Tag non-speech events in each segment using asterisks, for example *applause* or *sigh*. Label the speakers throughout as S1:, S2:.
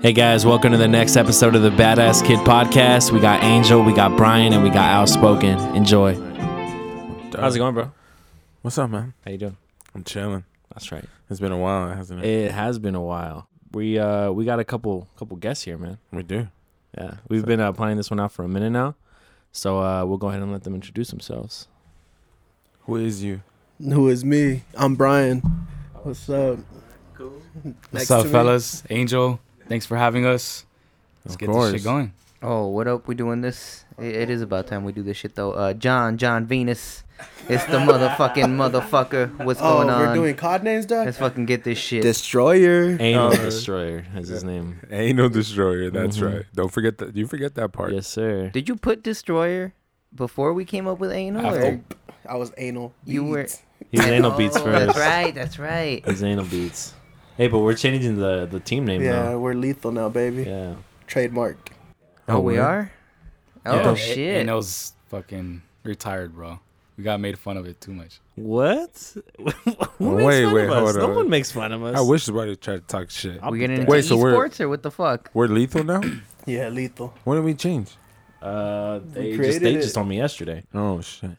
S1: Hey guys, welcome to the next episode of the Badass Kid Podcast. We got Angel, we got Brian, and we got Outspoken. Enjoy. How's it going, bro?
S2: What's up, man?
S1: How you doing?
S2: I'm chilling.
S1: That's right.
S2: It's been a while, hasn't it?
S1: It has been a while. We uh we got a couple couple guests here, man.
S2: we do.
S1: Yeah, we've been uh, planning this one out for a minute now, so uh, we'll go ahead and let them introduce themselves.
S2: Who is you?
S3: Who is me? I'm Brian. What's up?
S4: What's
S3: Next
S4: up,
S3: to me-
S4: fellas? Angel, thanks for having us. Let's
S2: Of
S4: get
S2: course.
S4: this shit going.
S5: Oh, what up? We doing this? I- it is about time we do this shit though. Uh, John, John Venus, it's the motherfucking motherfucker. What's
S3: Oh,
S5: going on?
S3: we're doing cod names, dog.
S5: Let's fucking get this shit.
S3: Destroyer.
S1: Anal
S3: Uh,
S1: Destroyer is his name.
S2: Anal Destroyer. That's
S1: Mhm.
S2: right. Don't forget that. You forget that part.
S1: Yes, sir.
S5: Did you put destroyer before we came up with anal?
S4: After.
S5: or-
S3: I was anal.
S5: You were-
S1: He's anal beats
S5: Oh,
S1: first.
S5: That's right. That's right.
S3: Oh,
S1: He's anal beats. Hey, but we're changing the the team name
S3: Yeah,
S1: now.
S3: we're lethal now, baby.
S1: Yeah.
S3: Trademark.
S5: Oh, we
S2: word.
S5: are. Oh
S4: Yeah.
S5: shit.
S4: Angel's fucking retired, bro. We got made fun of it too much.
S1: What? *laughs* Who makes
S2: Wait,
S1: fun
S2: wait,
S1: of us?
S2: hold
S1: No
S2: on.
S1: one makes fun of us.
S2: I wish somebody tried to talk shit.
S1: I'll
S5: We're
S1: be
S5: getting
S1: dead.
S5: into
S2: Wait, so we're-
S5: esports or what the fuck?
S2: We're lethal
S1: *clears throat*
S2: now?
S3: Yeah, lethal.
S2: when did we change?
S1: Uh, they just
S3: created
S1: they
S3: it.
S1: just told me yesterday.
S2: Oh, shit.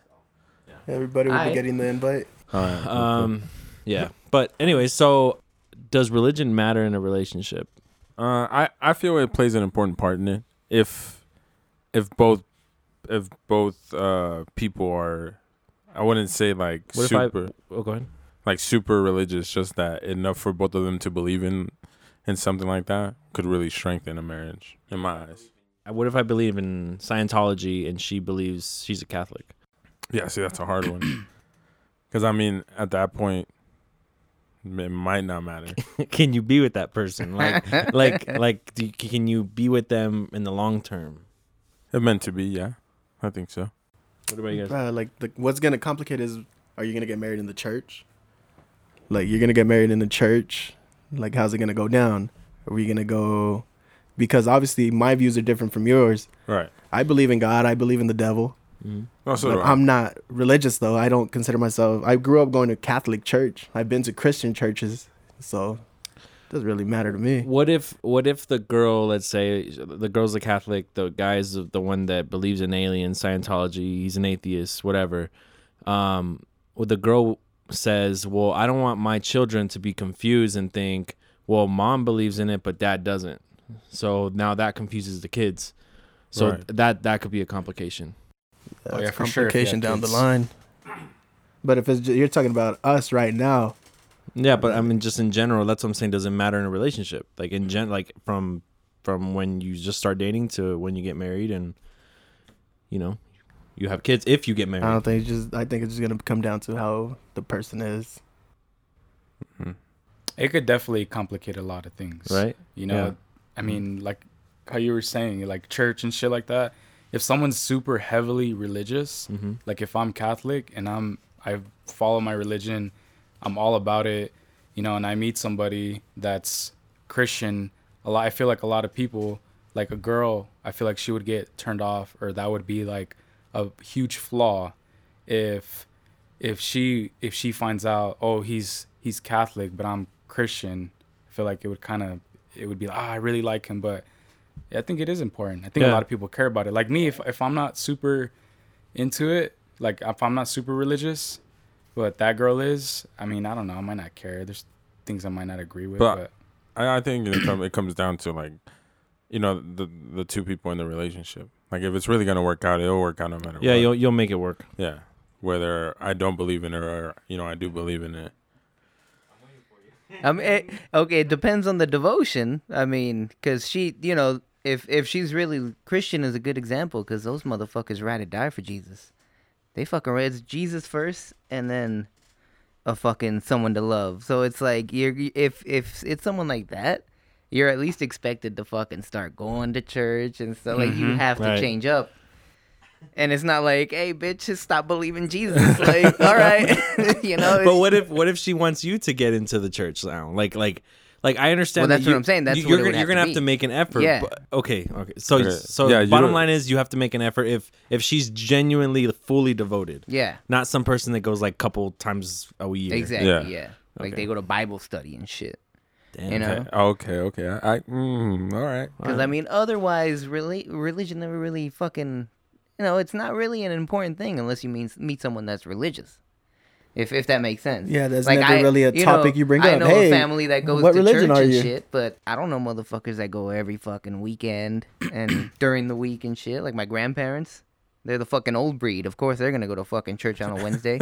S3: Everybody will be
S5: Aight.
S3: getting the invite.
S2: All right.
S1: Um, yeah. But anyway, so does religion matter in a relationship?
S2: Uh, I I feel it plays an important part in it. If if both if both uh people are, I wouldn't say like
S1: What
S2: super
S1: if I? Oh, go ahead.
S2: like super religious. Just that enough for both of them to believe in in something like that could really strengthen a marriage in my eyes.
S1: Uh, What if I believe in Scientology and she believes she's a Catholic? *laughs*
S2: Yeah, see, that's a hard *clears throat* one. Because I mean, at that point, it might not matter.
S1: can you be with that person? Like, like, like, do you, can you be with them in the long term?
S2: It meant to be, yeah. I think so.
S1: What about you guys?
S3: Bruh, like, the, what's gonna complicate is, are you gonna get married in the church? Like, you're gonna get married in the church. Like, how's it gonna go down? Are we gonna go? Because obviously, my views are different from yours.
S2: Right.
S3: I believe in God. I believe in the devil.
S1: Mhm.
S2: No, so
S3: But
S2: do I.
S3: I'm not religious though. I don't consider myself. I grew up going to Catholic church. I've been to Christian churches, so it doesn't really matter to me.
S1: What if what if the girl, let's say the girl's a Catholic, the guy's the one that believes in aliens, Scientology, he's an atheist, whatever. Um, well, the girl says, "Well, I don't want my children to be confused and think, well, mom believes in it, but dad doesn't." So now that confuses the kids. So
S2: Right.
S1: that that could be a complication.
S3: That's
S4: Oh, yeah, for sure, if you
S3: complication
S4: have
S3: down the
S4: kids.
S3: line. But if it's ju- you're talking about us right now,
S1: Yeah, but I mean, just in general, that's what I'm saying. Doesn't matter in a relationship, like in gen, like from from when you just start dating to when you get married, and you know, you have kids if you get married.
S3: I don't think it's just. I think it's just gonna come down to how the person is.
S4: It could definitely complicate a lot of things.
S1: right?
S4: You know,
S1: Yeah.
S4: I mean, like how you were saying, like church and shit like that. If someone's super heavily religious,
S1: Mm-hmm.
S4: like if I'm Catholic and I'm I follow my religion, I'm all about it, you know, and I meet somebody that's Christian, a lot I feel like a lot of people, like a girl, I feel like she would get turned off or that would be like a huge flaw if if she if she finds out, oh, he's he's Catholic, but I'm Christian, I feel like it would kind of it would be like, ah, I really like him, but I think it is important. I think
S1: Yeah.
S4: a lot of people care about it. Like me, if if I'm not super into it. Like if I'm not super religious, but that girl is, I mean, I don't know. I might not care. There's things I might not agree with,
S2: But-
S4: but,
S2: I, I think it, come, it comes down to like, you know, the the two people in the relationship. Like, if it's really gonna work out, it'll work out no matter.
S1: Yeah,
S2: what.
S1: you'll you'll make it work.
S2: yeah. Whether I don't believe in it or you know I do believe in it.
S5: I mean, it, okay, it depends on the devotion. I mean, because she, you know, if if she's really Christian is a good example, because those motherfuckers ride or die for Jesus. They fucking it's Jesus first, and then a fucking someone to love. So it's like you're if if it's someone like that, you're at least expected to fucking start going to church and stuff. Like you
S1: Mhm,
S5: have to
S1: right.
S5: change up. And it's not like, hey, bitch, just stop believing Jesus.
S1: *laughs*
S5: Like, all right, *laughs* you know.
S1: But what if what if she wants you to get into the church now? Like like like I understand.
S5: Well,
S1: that
S5: that's
S1: you,
S5: what I'm saying. That's
S1: you,
S5: what
S1: you're
S5: it
S1: gonna,
S5: would
S1: you're
S5: have
S1: gonna
S5: to
S1: have
S5: be.
S1: to make an effort.
S5: Yeah.
S1: But, okay. Okay. So
S2: Okay,
S1: so
S2: yeah, you
S1: bottom
S2: don't-
S1: line is you have to make an effort if if she's genuinely fully devoted.
S5: Yeah.
S1: Not some person that goes like couple times a year.
S5: Exactly.
S2: Yeah.
S5: Yeah. Like
S1: Okay.
S5: they go to Bible study and shit.
S1: Damn.
S5: You know?
S2: Okay. Okay. Okay. I. I mm, all right.
S5: Because I mean, otherwise, really, religion never really fucking, you know, it's not really an important thing unless you mean meet someone that's religious. If if that makes sense.
S3: Yeah, that's never really a topic you bring
S5: I
S3: up.
S5: know
S3: Hey,
S5: a family that goes
S3: what
S5: to
S3: religion
S5: church
S3: are
S5: and
S3: you?
S5: shit, but I don't know motherfuckers that go every fucking weekend
S3: *coughs*
S5: and during the week and shit. Like my grandparents. They're the fucking old breed. Of course, they're gonna go to fucking church on a Wednesday.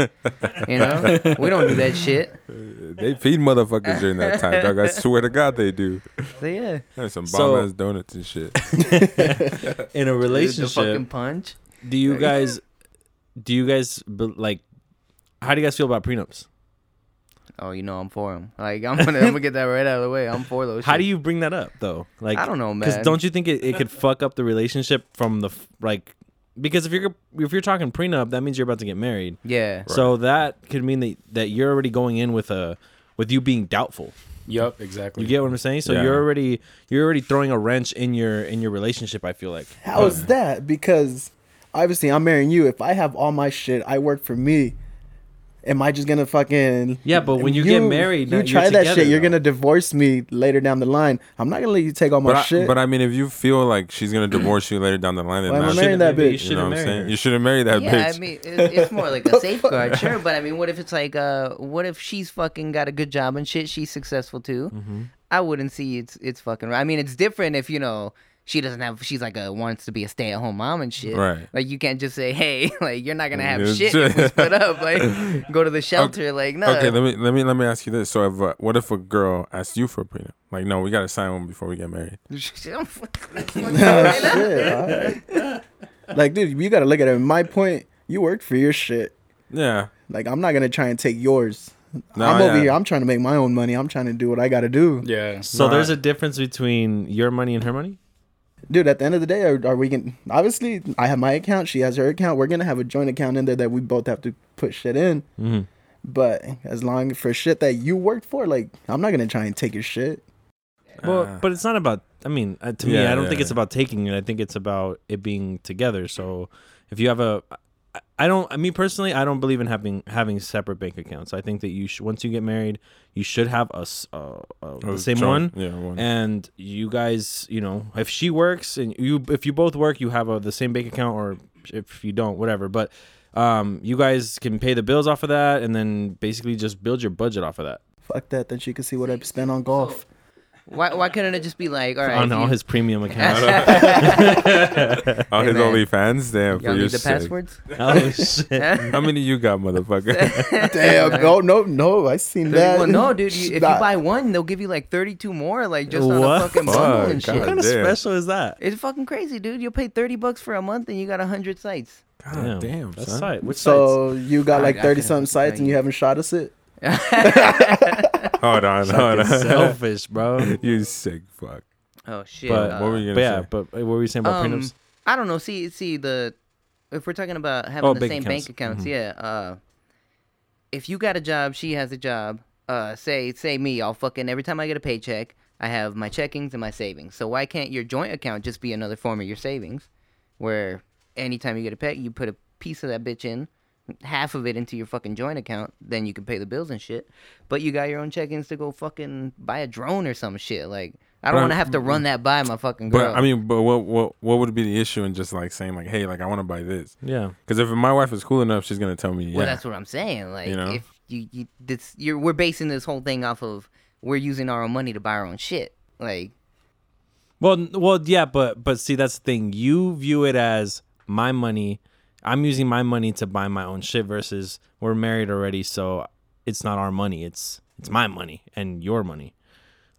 S3: *laughs*
S5: you know, we don't do that shit.
S2: They feed motherfuckers during that time, dog. I swear to God, they do.
S5: So yeah,
S2: There's some bomb
S1: So-
S2: ass donuts and shit.
S1: *laughs* in a
S5: the fucking
S1: relationship,
S5: punch.
S1: do you guys, do you guys be- like, how do you guys feel about prenups?
S5: Oh, you know I'm for him. Like I'm gonna, I'm gonna get that right out of the way. I'm for those.
S1: How
S5: shit.
S1: do you bring that up though? Like
S5: I don't know,
S1: Because
S5: man.
S1: don't you think it, it could fuck up the relationship from the f- like? Because if you're if you're talking prenup, that means you're about to get married.
S5: Yeah.
S1: So that could mean that that you're already going in with a with you being doubtful.
S4: Yep,
S1: You
S4: exactly.
S1: get what I'm saying? So
S2: Yeah.
S1: you're already you're already throwing a wrench in your in your relationship. I feel like.
S3: How is that? Because obviously I'm marrying you. If I have all my shit, I work for me. Am I just gonna fucking
S1: Yeah, but when you get married, now
S3: you
S1: you're
S3: try that
S1: together,
S3: shit, you're
S1: though.
S3: gonna divorce me later down the line. I'm not gonna let you take all my
S2: But I,
S3: shit.
S2: but I mean, if you feel like she's gonna divorce you later down the line, then
S3: Why am I
S2: that's-
S3: marrying that
S1: Maybe
S3: bitch.
S1: You
S2: You
S1: should
S2: know
S1: have
S2: what I'm saying?
S1: married.
S2: You
S1: her.
S2: should have married that
S5: yeah,
S2: bitch.
S5: I mean, it, it's more like a safeguard, sure. But I mean, what if it's like, uh, what if she's fucking got a good job and shit? She's successful too. I wouldn't see it's it's fucking. I mean, it's different if you know she doesn't have. She's like a wants to be a stay at home mom and shit.
S2: Right.
S5: Like you can't just say, hey, *laughs* like you're not gonna have
S2: Yeah,
S5: shit
S2: sure.
S5: if we split up. Like go to the shelter. Like no.
S2: Okay,
S5: *laughs*
S2: let me let me let me ask you this. So, if, uh, what if a girl asks you for a prenup? Like, no, we gotta sign one before we get married.
S3: Oh, shit, all right. Like, dude, you gotta look at it. My point, you worked for your shit.
S2: Yeah,
S3: Like, I'm not gonna try and take yours.
S2: No,
S3: I'm over
S2: yeah. Uh,
S3: here. I'm trying to make my own money. I'm trying to do what I gotta do,
S4: Yeah.
S1: So
S2: Nah.
S1: there's a difference between your money and her money.
S3: dude. At the end of the day, are, are we going Obviously, I have my account. She has her account. We're gonna have a joint account in there that we both have to put shit in.
S2: Mm-hmm.
S1: Mhm.
S3: But as long for shit that you worked for, like, I'm not gonna try and take your shit.
S1: Well, but it's not about. I mean, uh, to me,
S2: Uh, Yeah,
S1: I don't
S2: yeah,
S1: think it's
S2: yeah.
S1: about taking it. I think it's about it being together. So, if you have a, I- I don't. I mean, personally, I don't believe in having having separate bank accounts. I think that you sh- once you get married, you should have a, s- uh, uh,
S2: Oh,
S1: the same
S2: joint.
S1: one.
S2: Yeah, one.
S1: And you guys, you know, if she works and you, if you both work, you have a, the same bank account, or if you don't, whatever. But um, you guys can pay the bills off of that, and then basically just build your budget off of that
S3: Fuck that. Then she can see what I spent on golf.
S5: why why couldn't it just be like, all right,
S1: on
S5: if
S1: all
S5: you-
S1: his premium accounts.
S5: *laughs*
S1: *laughs*
S2: Oh, his
S5: man.
S2: OnlyFans, damn.
S5: y'all
S2: For your
S5: need the
S2: sake.
S5: passwords?
S1: oh shit.
S2: How many you got,
S5: *laughs*
S2: motherfucker?
S3: Damn. No, no, no. I seen that.
S5: Well, no, dude. You, if you
S3: Nah.
S5: buy one, they'll give you like 32 more, like just on a
S1: What?
S5: fucking bundle
S2: Fuck,
S5: and
S2: God
S5: shit.
S1: What kind of
S2: damn.
S1: special is that?
S5: It's fucking crazy, dude. You'll pay 30 bucks for a month and you got 100 sites.
S2: God damn,
S1: That's
S2: son.
S1: tight. Which so,
S3: So you got
S5: I-
S3: like
S5: I
S3: thirty
S5: can-
S3: something sites and
S5: I-
S3: you haven't shot us it.
S2: Hold on, hold
S1: sites? *laughs*
S2: on.
S1: Selfish, bro.
S2: *laughs* you sick fuck.
S5: Oh shit.
S1: But
S5: uh,
S2: what were you
S1: but
S2: gonna
S1: yeah,
S2: say?
S1: but what were we saying about
S5: um,
S1: prenups?
S5: I don't know. See, see the if we're talking about having
S1: Oh,
S5: the
S1: bank
S5: same
S1: accounts.
S5: bank accounts, yeah. Uh, if you got a job, she has a job. Uh, say say me, I'll fucking every time I get a paycheck, I have my checkings and my savings. So why can't your joint account just be another form of your savings, where anytime you get a pay, you put a piece of that bitch in, half of it into your fucking joint account, then you can pay the bills and shit. But you got your own checkings to go fucking buy a drone or some shit. Like I
S2: But
S5: don't want to
S2: I'm-
S5: have to run that by my fucking girl.
S2: But I mean, but what what what would be the issue in just like saying like, hey, like I want to buy this?
S1: Yeah.
S2: Because if my wife is cool enough, she's gonna tell me. Yeah.
S5: Well, that's what I'm saying. Like,
S2: know?
S5: if you, you this, you're, we're basing this whole thing off of we're using our own money to buy our own shit. Like,
S1: Well, n- well, yeah, but but see, that's the thing. You view it as my money. I'm using my money to buy my own shit. Versus we're married already, so it's not our money. It's it's my money and your money.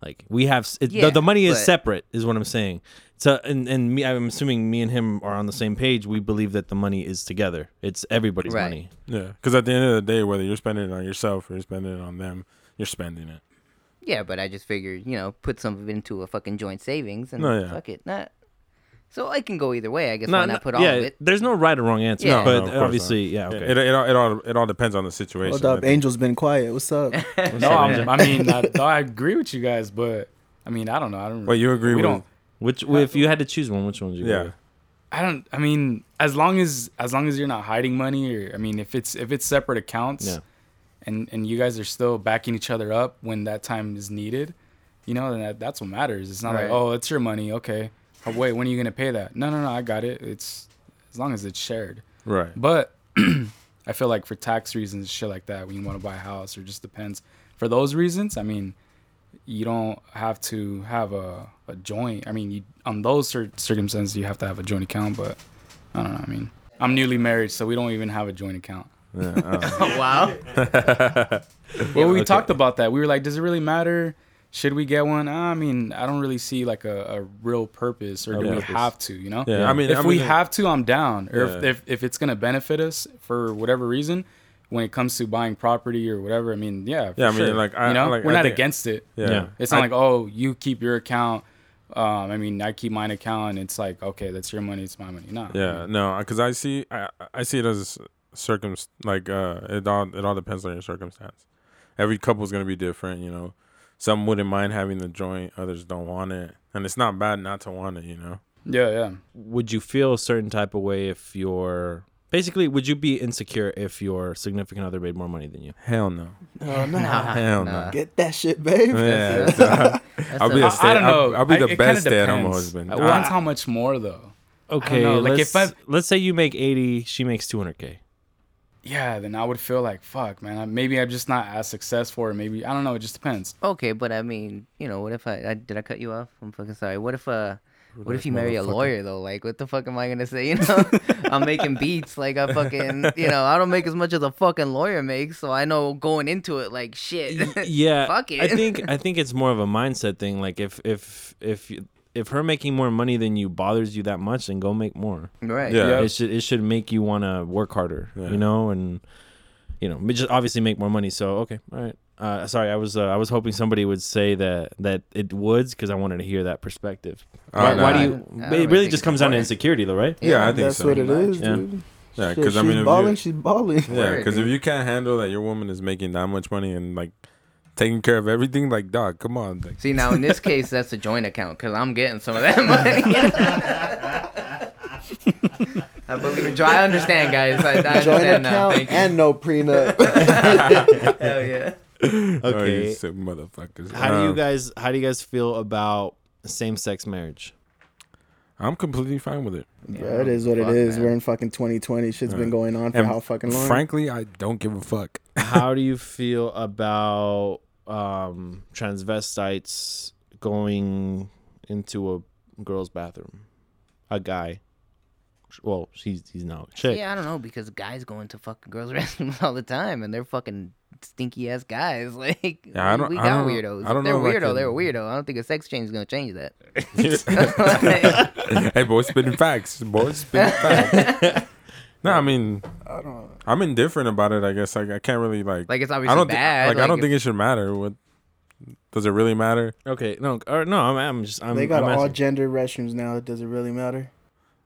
S1: Like we have s- it,
S5: Yeah,
S1: the, the money is
S5: but-
S1: separate, is what I'm saying. So and and me, I'm assuming me and him are on the same page. We believe that the money is together. It's everybody's
S5: Right.
S1: money.
S2: yeah. Because at the end of the day, whether you're spending it on yourself or you're spending it on them, you're spending it.
S5: yeah, but I just figured, you know, put some of it into a fucking joint savings and
S2: No, yeah.
S5: fuck it. Not, so it can go either way. I guess
S1: No,
S5: why
S1: no,
S5: not put all
S1: yeah,
S5: of it?
S1: There's no right or wrong answer,
S5: Yeah.
S2: no,
S5: No,
S1: but
S2: of course not.
S1: obviously, yeah, okay.
S2: It, it, it, all, it all it all depends on the situation.
S3: Hold
S2: I
S3: up,
S2: think.
S3: Oh, Angel's been quiet. What's
S5: *laughs*
S3: up?
S4: No, I'm, I mean, I, I agree with you guys, but I mean, I don't know. I don't.
S2: Wait, you agree
S4: we
S2: with?
S4: don't.
S1: which, if you had to choose one, which one would you?
S2: Yeah.
S1: Go with?
S4: I don't. I mean, as long as as long as you're not hiding money, or I mean, if it's if it's separate accounts,
S1: Yeah.
S4: and and you guys are still backing each other up when that time is needed, you know, and that, that's what matters. It's not
S5: Right.
S4: like, oh, it's your money. Okay. Oh, wait, when are you going to pay that? No, no, no. I got it. It's as long as it's shared.
S2: Right.
S4: But *clears throat* I feel like for tax reasons, shit like that, when you want to buy a house or just depends. For those reasons, I mean, you don't have to have a, a joint. I mean, you, on those cir- circumstances, you have to have a joint account, but I don't know. I mean, I'm newly married, so we don't even have a joint account.
S1: *laughs*
S2: Yeah, I don't know.
S5: Oh, wow.
S4: Well, we talked about that. We were like, does it really matter? Should we get one? Ah, I mean, I don't really see like a, a real purpose, or do we
S2: purpose.
S4: have to? You know?
S2: Yeah, I mean,
S4: if
S2: I
S4: we
S2: mean- uh,
S4: have to, I'm down. Or if,
S2: Yeah.
S4: if if it's gonna benefit us for whatever reason, when it comes to buying property or whatever, I mean, yeah. for
S2: Yeah, I mean,
S4: sure.
S2: like, I-
S4: you know,
S2: like,
S4: we're
S2: I
S4: not
S2: think-
S4: against it.
S2: yeah.
S1: Yeah.
S4: It's not like oh, you keep your account. Um, I mean, I keep mine account. And it's like okay, that's your money. It's my money. Nah.
S2: Yeah, no, because I see, I, I see it as circum, like uh, it all, it all depends on your circumstance. Every couple's gonna be different, you know. Some wouldn't mind having the joint, others don't want it, and it's not bad not to want it, you know.
S4: Yeah. Yeah.
S1: Would you feel a certain type of way if your basically would you be insecure if your significant other made more money than you?
S2: Hell no,
S5: *laughs*
S3: Oh, nah.
S2: hell
S5: nah.
S2: no.
S3: Get that shit,
S2: *laughs*
S3: babe.
S2: Yeah, uh,
S5: That's That's
S2: I'll be
S5: a-
S2: a
S4: I,
S2: stay.
S4: I don't know.
S2: I'll, I'll be
S4: I- it
S2: the
S4: kinda
S2: best stay-at-home
S4: depends.
S2: husband. Uh,
S4: I
S2: I-
S4: want how much more though.
S1: Okay,
S4: know, like,
S1: let's,
S4: if I-
S1: let's say you make eighty, she makes two hundred
S5: *laughs*
S1: k.
S4: yeah, then I would feel like fuck, man. I, maybe I'm just not as successful, or maybe I don't know. It just depends.
S5: Okay, but I mean, you know, what if I, I did I cut you off? I'm fucking sorry. What if uh, what if you marry a lawyer though? Like, what the fuck am I gonna say? *laughs* You know, I'm making beats. Like, I fucking, you know, I don't make as much as a fucking lawyer makes, so I know going into it
S1: *laughs*
S5: like shit.
S1: *laughs*
S5: *laughs*
S1: yeah
S5: Fuck
S1: i
S5: it.
S1: think i think it's more of a mindset thing like if if if you- if her making more money than you bothers you that much then go make more
S5: right.
S2: Yeah. Uh,
S1: it should it should make you want to work harder
S2: Yeah.
S1: you know and you know but just obviously make more money so okay all right uh, sorry, I was uh, I was hoping somebody would say that that it would because I wanted to hear that perspective.
S2: Oh,
S1: why,
S2: no,
S1: why do
S2: I-
S1: you?
S5: I don't
S1: It
S5: really
S1: really
S5: think
S1: just
S5: it's
S1: comes down to
S5: important.
S1: insections, though, right?
S2: Yeah, I think
S3: That's
S2: so.
S3: what it is,
S1: Yeah.
S3: dude.
S2: Yeah,
S3: Shit,
S2: 'cause, I mean, if you-
S3: she's balling. She's
S5: *laughs*
S3: balling.
S2: Yeah,
S5: Right.
S2: because if you can't handle that your woman is making that much money and like taking care of everything, like dog, come on, like,
S5: See, now in this case, that's a joint account because I'm getting
S2: *laughs*
S5: some of that money. I believe. I understand, guys. I, I
S3: Joint
S5: understand now.
S3: account
S5: Thank you.
S3: and no prenup.
S5: *laughs* Hell yeah.
S2: oh, you
S1: Okay.
S2: sick motherfuckers.
S1: How do you
S2: Um,
S1: guys How do you guys feel about same sex marriage?
S2: I'm completely fine with it.
S3: Bro, it is what
S5: Fuck,
S3: it is.
S5: man.
S3: We're in fucking 2020. Shit's been going on for
S2: And
S3: how fucking long?
S2: Frankly, I don't give a fuck. *laughs*
S1: how do you feel about um transvestites going into a girl's bathroom a guy well she's he's now a chick
S5: Yeah, I don't know because guys go into fucking girls' *laughs* restrooms all the time, and they're fucking stinky ass guys. *laughs* Like,
S2: Yeah, I
S5: we-
S2: don't-
S5: we
S2: I
S5: got
S2: don't-
S5: weirdos.
S2: I don't
S5: If they're
S2: know if I
S5: weirdo. They're a
S2: can-
S5: weirdo. I don't think a sex change is gonna
S2: *laughs*
S5: change that. *laughs*
S2: hey, boy, spitting facts, boy, spitting facts.
S5: *laughs*
S2: no, I mean,
S3: I don't.
S2: I'm indifferent about it. I guess like I can't really like.
S5: like, it's obviously
S2: I don't thi-
S5: bad.
S2: like, I don't
S5: if-
S2: think it should matter. What does it really matter?
S1: okay no or, no I'm, I'm just
S2: um,
S1: i'm,
S3: They got
S1: I'm
S3: all
S1: asking.
S3: gender restrooms now. It doesn't really matter.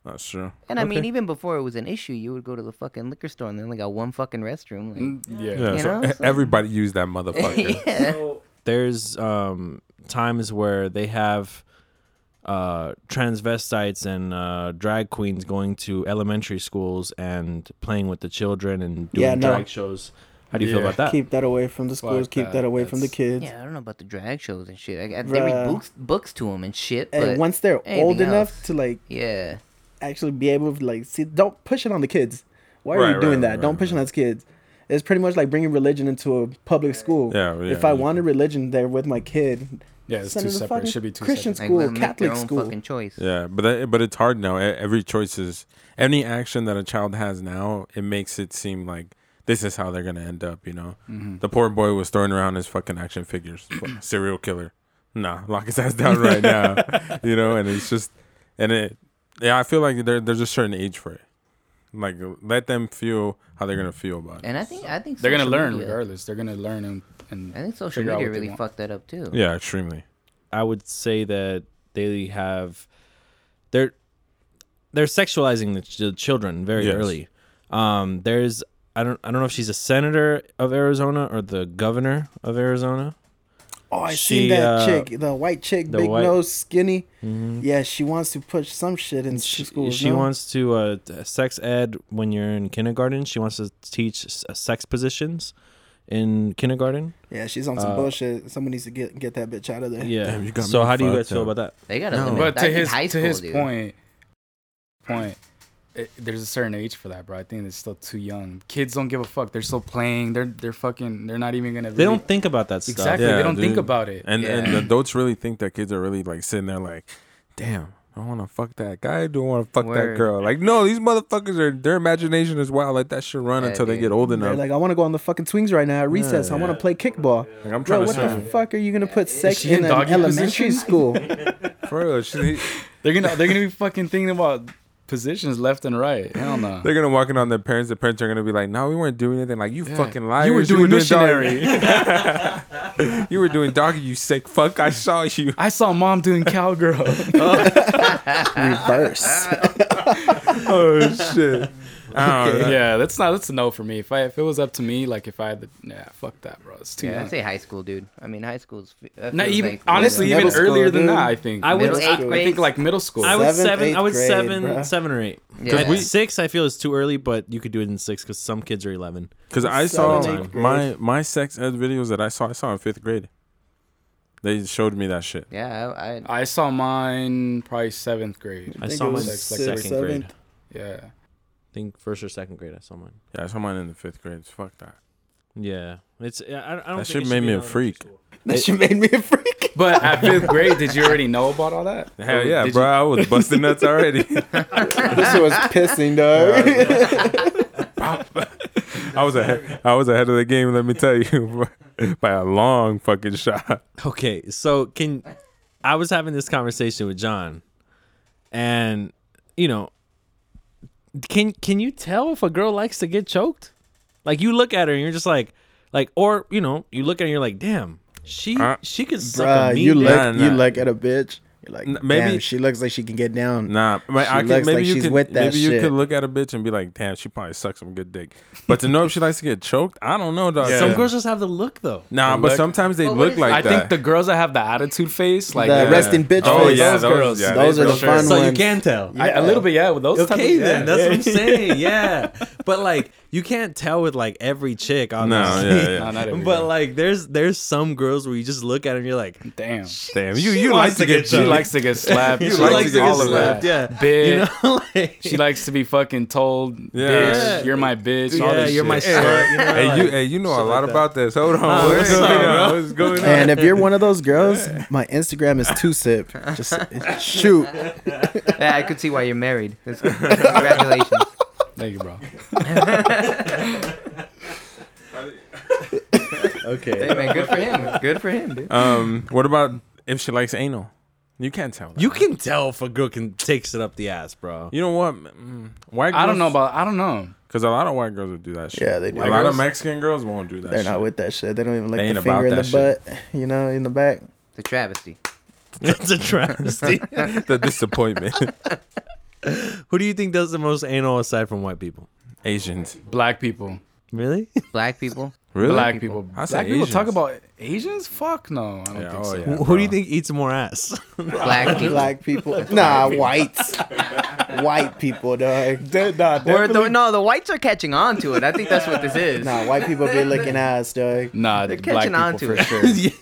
S2: Not sure.
S5: And I mean,
S1: okay.
S5: even before it was an issue, you would go to the fucking liquor store and they only got one fucking restroom.
S4: Mm, Yeah.
S2: Yeah,
S5: You
S2: so
S5: know,
S2: e-
S5: so-
S2: everybody use that
S5: Like,
S2: motherfucker.
S5: *laughs* yeah.
S1: there's um times where they have uh transvestites and uh drag queens going to elementary schools and playing with the children and doing
S3: Yeah, no.
S1: drag shows how do you feel
S4: Yeah.
S1: about that
S3: Keep that away from the schools.
S4: Fuck
S3: Keep
S4: that.
S3: that away from the
S4: That's-
S3: kids.
S5: yeah, I don't know about the drag shows and shit. I, I, they read
S3: Bruh.
S5: books, books to them and shit.
S3: Hey,
S5: but
S3: once they're
S5: anything
S3: old
S5: else.
S3: enough to like
S5: yeah,
S3: actually be able to like see, don't push it on the kids. Why are
S2: Right,
S3: you
S2: right,
S3: doing that?
S2: right,
S3: don't
S2: right,
S3: push it on the kids. It's pretty much like bringing religion into a public school.
S2: Yeah, yeah,
S3: if I
S2: yeah.
S3: wanted religion there with my kid,
S4: Yeah, it's
S3: send
S4: two
S3: her to
S4: separate. It
S3: fucking
S4: should be two
S3: Christian
S4: separate.
S5: like
S3: school,
S5: let 'em make their
S3: Catholic
S5: own
S3: school.
S5: fucking choice.
S2: Yeah, but that, but it's hard now. E- Every choice is any action that a child has now. It makes it seem like this is how they're gonna end up. You know, the poor boy was throwing around his fucking action figures, Fuck, serial killer. Nah, lock his ass down right now. *laughs* you know, and it's just and it. Yeah, I feel like there, there's a certain age for it. Like let them feel how they're gonna feel about it.
S5: And I think I think
S4: They're gonna
S5: social
S4: learn
S5: media-
S4: regardless. They're gonna learn and,
S5: I
S4: and
S5: think social
S4: figure out
S5: media
S4: what they
S5: really
S4: want.
S5: fucked that up too.
S2: Yeah, extremely.
S1: I would say that they have they're they're sexualizing the, ch- the children very
S2: Yes.
S1: early. Um, there's I don't I don't know if she's a senator of Arizona or the governor of Arizona.
S3: Oh, I
S1: She,
S3: seen that
S1: uh,
S3: chick, the white chick,
S1: the
S3: big
S1: white-
S3: nose, skinny. Yeah, she wants to push some shit in
S1: She,
S3: school.
S1: she wants to uh, t- sex ed when you're in kindergarten. She wants to teach s- uh, sex positions in kindergarten.
S3: Yeah, she's on some
S1: Uh,
S3: bullshit. Someone needs to get get that bitch out of there.
S1: Yeah.
S2: Damn, you got
S1: so
S2: me
S1: how do you guys
S2: fucked
S1: feel
S2: up.
S1: about that?
S5: They gotta
S2: No.
S5: limit
S4: But
S5: that
S4: to
S5: in
S4: his
S5: high
S4: to
S5: school,
S4: his
S5: dude.
S4: point, point, it, there's a certain age for that, bro. I think it's still too young. Kids don't give a fuck. They're still playing. They're they're fucking. They're not even gonna.
S1: They
S4: really-
S1: don't think about that stuff.
S4: exactly.
S2: Yeah,
S4: they don't think
S2: dude.
S4: about it.
S2: And and
S5: Yeah.
S2: adults really think that kids are really like sitting there like, damn, I want to fuck that guy. I don't want to fuck that
S5: Word.
S2: girl. Like, no, these motherfuckers are their imagination is wild. Let that shit run
S5: Yeah,
S2: until they
S5: dude.
S2: get old
S3: They're
S2: enough. Like,
S3: like, I want to go on the fucking swings right now at recess. I want to play kickball.
S2: I'm
S3: Bro,
S2: trying
S3: what
S2: to
S3: the
S2: say,
S3: fuck are you gonna put sex
S4: she in
S3: in an
S4: doggy
S3: elementary
S4: position?
S3: school?
S2: for real, she-
S4: They're gonna they're gonna be fucking thinking about positions left and right. Hell no.
S2: they're gonna walk in on their parents. The parents are gonna be like, no, we weren't doing anything. Like, you fucking liars.
S4: You were doing
S2: doggy.
S4: missionary.
S2: you were doing doggy. You sick fuck. I saw you.
S4: I saw mom doing cowgirl.
S3: Reverse.
S2: *laughs*
S3: *laughs*
S2: oh shit. I don't know.
S4: yeah, that's not that's a no for me. If I if it was up to me, like if I had the nah, fuck that, bro. It's too
S5: Yeah,
S4: young.
S5: I'd say high school, dude. I mean, high school's that
S4: Not
S5: feels
S4: even
S5: like-
S4: honestly,
S3: yeah.
S4: even
S3: Middle
S4: earlier
S3: school,
S4: than
S3: dude.
S4: that, I think.
S1: I would-
S5: Middle
S1: I-
S5: eighth
S4: I think
S5: grade.
S4: like middle school.
S1: I would
S3: Seventh,
S1: seven. I
S3: eighth
S1: would
S3: grade,
S1: seven,
S3: bruh.
S1: seven or eight.
S5: Yeah. we-
S1: six, I feel is too early, but you could do it in six because some kids are eleven.
S2: Because I saw
S3: Seven,
S1: eighth
S3: grade.
S2: my my sex ed videos that I saw. I saw in fifth grade. They showed me that shit.
S5: yeah, I,
S4: *laughs*
S5: I,
S4: I saw mine probably seventh grade.
S1: I,
S3: think
S1: saw
S3: it
S1: mine
S3: was
S1: like
S3: sixth,
S1: second grade.
S3: seventh.
S1: I
S4: Yeah.
S1: think first or second grade. I saw mine.
S2: Yeah, I saw mine in the fifth grade. Fuck that.
S1: Yeah, it's. I, I don't.
S2: That
S1: think
S2: shit
S1: it should
S2: made
S1: be
S2: me
S1: in
S2: a
S1: elementary
S2: freak.
S1: school.
S3: That shit made me a freak.
S2: *laughs*
S4: But at fifth grade, did you already know about all that? Or
S2: Hell yeah,
S4: did
S2: bro! I was busting nuts *laughs* already.
S3: this shit was pissing, dog.
S2: I was ahead. I was ahead of the game. Let me tell you, *laughs* by a long fucking shot.
S1: Okay, so can I was having this conversation with John, and you know, can can you tell if a girl likes to get choked? Like you look at her and you're just like, like, or you know, you look at her and you're like, damn, she
S2: Uh,
S1: she could suck a
S3: Bruh,
S1: mean
S3: you
S1: dick.
S3: look,
S2: Nah, nah.
S3: you look at a bitch. You're like,
S2: N- maybe-
S3: damn, she looks like she can get down.
S2: Nah, but I
S3: She
S2: could,
S3: looks
S2: maybe
S3: like
S2: you
S3: she's
S2: could
S3: with that
S2: maybe you
S3: shit.
S2: could look at a bitch and be like, damn, she probably sucks some good dick. But to know if she likes to get choked, I don't know, dog.
S4: Yeah.
S1: Some
S4: Yeah.
S1: girls just have the look though.
S2: Nah,
S4: The
S2: but
S4: look-
S2: sometimes they
S5: Well, what
S2: look
S5: is-
S2: like
S4: I
S2: that.
S4: think the girls that have the attitude face, like
S3: The
S4: yeah.
S3: rest in bitch
S2: oh
S3: face.
S2: yeah,
S4: those
S2: those,
S4: girls.
S2: yeah,
S3: Those
S2: they-
S3: are the
S4: sure.
S3: fun
S4: So
S1: So you
S3: ones.
S1: can tell.
S4: I, a little bit, yeah. With those, type
S1: okay
S4: of,
S1: then
S4: yeah.
S1: that's what i'm
S4: Yeah. *laughs*
S1: saying yeah but like you can't tell with like every chick
S2: No,
S1: obviously
S2: yeah, yeah.
S4: Nah, not
S1: *laughs*
S4: every
S1: but
S4: girl.
S1: like there's there's some girls where you just look at them and you're like
S4: damn,
S2: Damn, you
S1: She
S2: you
S1: wants
S2: like to get
S4: she
S1: choked.
S2: choked.
S4: likes to get slapped.
S1: she
S2: You
S4: she
S2: like
S4: likes to get slapped.
S1: yeah
S4: Bitch.
S1: you know *laughs* like
S4: She likes to be fucking told,
S2: Yeah.
S1: Yeah.
S4: bitch, you're my bitch. all
S1: yeah you're
S4: this
S1: my
S4: shit.
S1: slut you know,
S2: Hey, you,
S1: like-
S2: hey, you know a lot about this. Hold on.
S1: Nah,
S2: what's,
S1: what's
S2: going
S1: up,
S2: on? What's going on?
S3: And if you're one of
S2: *laughs*
S3: those girls, my Instagram is two sip. Just shoot.
S5: yeah, I could see why you're married. That's good. *laughs* Congratulations.
S4: Thank you, bro.
S5: hey, man, good for him. Good for him, dude.
S2: Um, what about if she likes anal? You can't tell. That.
S1: you can tell if a girl can takes it up the ass bro *laughs*
S2: You know what? Mm, White girls,
S4: I don't know about. I don't know.
S2: because a lot of white girls would do that shit.
S3: Yeah, they do.
S2: a
S3: White
S2: lot
S4: girls?
S2: of Mexican girls won't do that.
S3: They're
S2: shit.
S3: not with that shit. They don't even like
S2: They ain't
S3: the
S2: about
S3: finger in the
S2: that shit.
S3: butt, you know, in the back.
S5: The travesty.
S1: it's a
S4: *laughs*
S1: travesty
S2: *laughs* the disappointment.
S1: who do you think does the most anal aside from white people
S2: Asians,
S4: Black people. *laughs*
S1: really
S5: Black people.
S2: really?
S4: Black people.
S2: I
S4: Black
S2: say
S4: people talk
S2: Asians.
S4: about Asians? Fuck no. I don't
S2: Yeah,
S4: think
S2: oh,
S4: so.
S2: yeah.
S1: who do you think eats more
S4: *laughs*
S1: ass *laughs*
S3: *laughs*
S5: Black people.
S3: Black people.
S2: *laughs*
S3: Nah, whites. White people, *laughs* dog.
S5: Or the, no, the whites are catching on to it. I think that's what
S3: *laughs*
S5: this is.
S3: Nah, white people be licking ass, dog.
S4: Nah,
S5: They're
S4: the black
S5: catching on
S4: people
S5: to
S4: for sure.
S5: *laughs*
S1: yeah,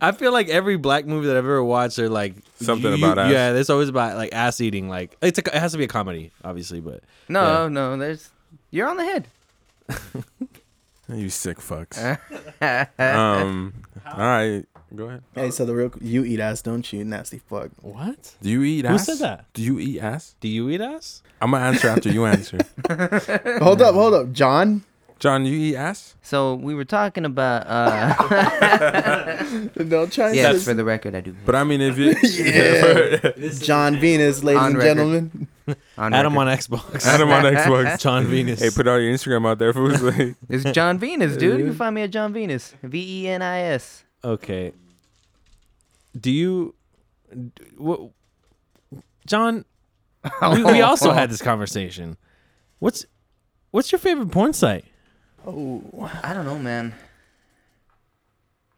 S1: I feel like every black movie that I've ever watched are like
S2: Something
S1: you-
S2: about ass.
S1: Yeah, it's always about like ass eating. Like it's a, it has to be a comedy, obviously, but
S5: No, no, there's. You're on the head.
S2: You sick fucks. um, all right, go ahead.
S3: Hey, so the real you eat ass, don't you, nasty fuck?
S1: what?
S2: Do you eat
S1: Who
S2: ass?
S1: said that?
S2: Do you eat ass?
S1: Do you eat ass?
S2: I'm gonna answer after you answer.
S3: Hold up, hold up, John.
S2: John, you eat ass?
S5: So we were talking about.
S3: *laughs*
S5: Uh,
S3: Don't try
S5: yes,
S3: this.
S5: for the record, I do.
S2: But I mean, if
S3: *laughs*
S2: you
S3: Yeah. John Venus, ladies
S5: On
S3: and
S5: record.
S3: gentlemen.
S5: On
S1: Adam
S5: record.
S1: on Xbox. *laughs*
S2: Adam on Xbox,
S1: John Venus.
S2: hey, put all your Instagram out there. Who's like,
S5: It's John Venus, dude. You can find me at John Venus. V E N I S.
S1: okay. Do you? d- What?
S2: *laughs*
S1: John, we, we also had this conversation. What's What's your favorite porn site?
S5: I don't know, man.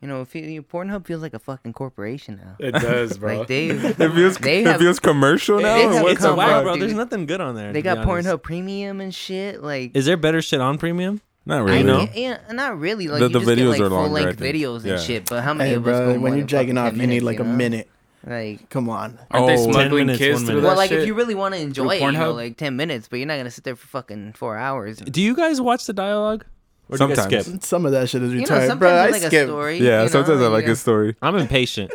S5: You know, if you, Pornhub feels like a fucking corporation now.
S4: It does, bro.
S5: Like they,
S2: *laughs* it feels,
S5: *laughs* They
S2: it
S5: have-
S2: feels commercial now.
S5: They have
S2: What
S1: It's a
S5: come
S1: whack,
S5: up,
S1: bro.
S5: dude.
S1: There's nothing good on there.
S5: they
S1: to be
S5: got
S1: honest.
S5: Pornhub Premium and shit. Like,
S1: Is there better shit on premium?
S2: Not really.
S5: I
S2: no.
S5: know. Yeah, not really. Like
S2: The-
S5: you
S2: the
S5: just get,
S2: videos
S5: like,
S2: are longer, I
S5: full length
S2: think.
S5: videos and
S2: Yeah.
S5: shit. But how many
S3: Hey,
S5: of us?
S3: bro,
S5: go
S3: when
S5: more
S3: you're
S5: than fucking
S3: jacking
S5: 10
S3: off, you need
S5: minutes,
S3: like a
S5: know?
S3: minute.
S5: Like,
S3: Come on.
S4: Aren't they
S2: Oh, 10
S4: smuggling
S1: minutes,
S4: kids
S1: one
S4: through
S1: minute.
S4: that
S1: Well,
S5: well, like
S4: shit?
S5: if you really want to enjoy it, you know,
S4: Pornhub?
S5: like ten minutes. But you're not gonna sit there for fucking four hours.
S1: Do you guys watch the dialogue? Or do you guys
S2: Sometimes.
S1: skip?
S3: Some of that shit is
S5: You know,
S3: retarded,
S5: sometimes
S3: bro.
S5: I
S3: I
S5: like a
S3: skip.
S5: story.
S2: Yeah,
S5: you know,
S2: sometimes I
S5: you
S2: like
S5: gotta-
S2: his story.
S1: I'm impatient.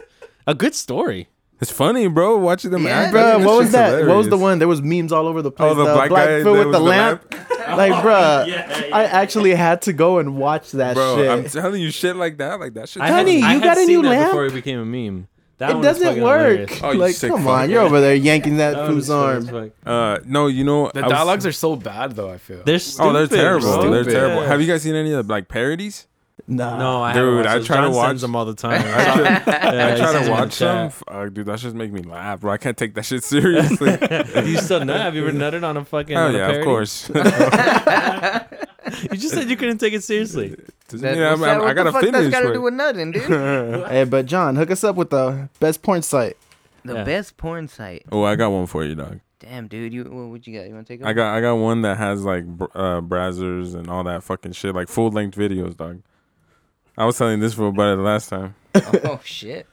S1: a good story.
S2: It's funny, bro. Watching them
S5: Yeah,
S2: act.
S5: bro,
S2: I
S3: Bro,
S2: think
S3: what
S2: that
S3: was
S2: shit's
S3: that? What was the
S2: hilarious.
S3: one? There was memes all over the place.
S2: Oh, the black guy
S3: foot
S2: that
S3: with
S2: was
S3: the
S2: the
S3: lamp. like, bro, I actually had to go and watch that
S2: Bro,
S3: shit. e-
S2: I'm telling you, shit like that, like that shit.
S1: I had-
S3: Honey,
S1: I
S3: you
S1: had
S3: got a
S1: seen
S3: new
S1: that
S3: lamp?
S1: before it became a meme. That
S3: it
S1: one was
S3: doesn't
S1: fucking
S3: work.
S1: hilarious.
S2: Oh, you
S3: like,
S2: sick
S3: come
S2: fuck.
S3: on, you're over there yanking that
S1: That one was
S3: fool's
S1: funny as
S3: arm.
S1: fuck.
S2: uh, no, you know
S4: The
S2: I was-
S4: dialogues are so bad though. I feel.
S1: They're stupid,
S2: Oh, they're terrible.
S1: bro.
S2: They're
S4: Stupid.
S2: terrible. Have you guys seen any of the like parodies?
S3: Nah.
S1: No, I
S2: Dude,
S1: haven't watched
S2: I
S1: those.
S2: try to
S1: John
S2: watch-
S1: sends them all the *laughs* time.
S5: *laughs*
S2: I try,
S1: Yeah,
S2: I
S1: he
S2: try
S1: sends
S2: to
S1: in the
S2: watch them.
S1: chat.
S2: Fuck, dude, that just make me laugh, bro. I can't take that shit *laughs*
S3: *laughs*
S2: seriously.
S1: *laughs* Have you still nut? Have you ever nutted on a fucking?
S2: Oh
S1: on a
S2: yeah,
S1: parody?
S2: of course. *laughs*
S1: You just said you couldn't take it seriously.
S5: That-
S2: Yeah, I'm-
S5: what's that-
S2: I'm- I
S5: what the
S2: gotta
S5: fuck That's
S2: finish.
S5: gotta
S2: with-
S5: do with nothing, dude.
S3: Hey, but John, hook us up with the best porn site.
S5: The
S1: Yeah.
S5: best porn site.
S2: Oh, I got one for you, dog.
S5: Damn, dude. You what, what you got? You wanna take it?
S2: I got I got one that has like br- uh, browsers and all that fucking shit, like full length videos, dog. I was telling this for about it last time.
S5: Oh shit.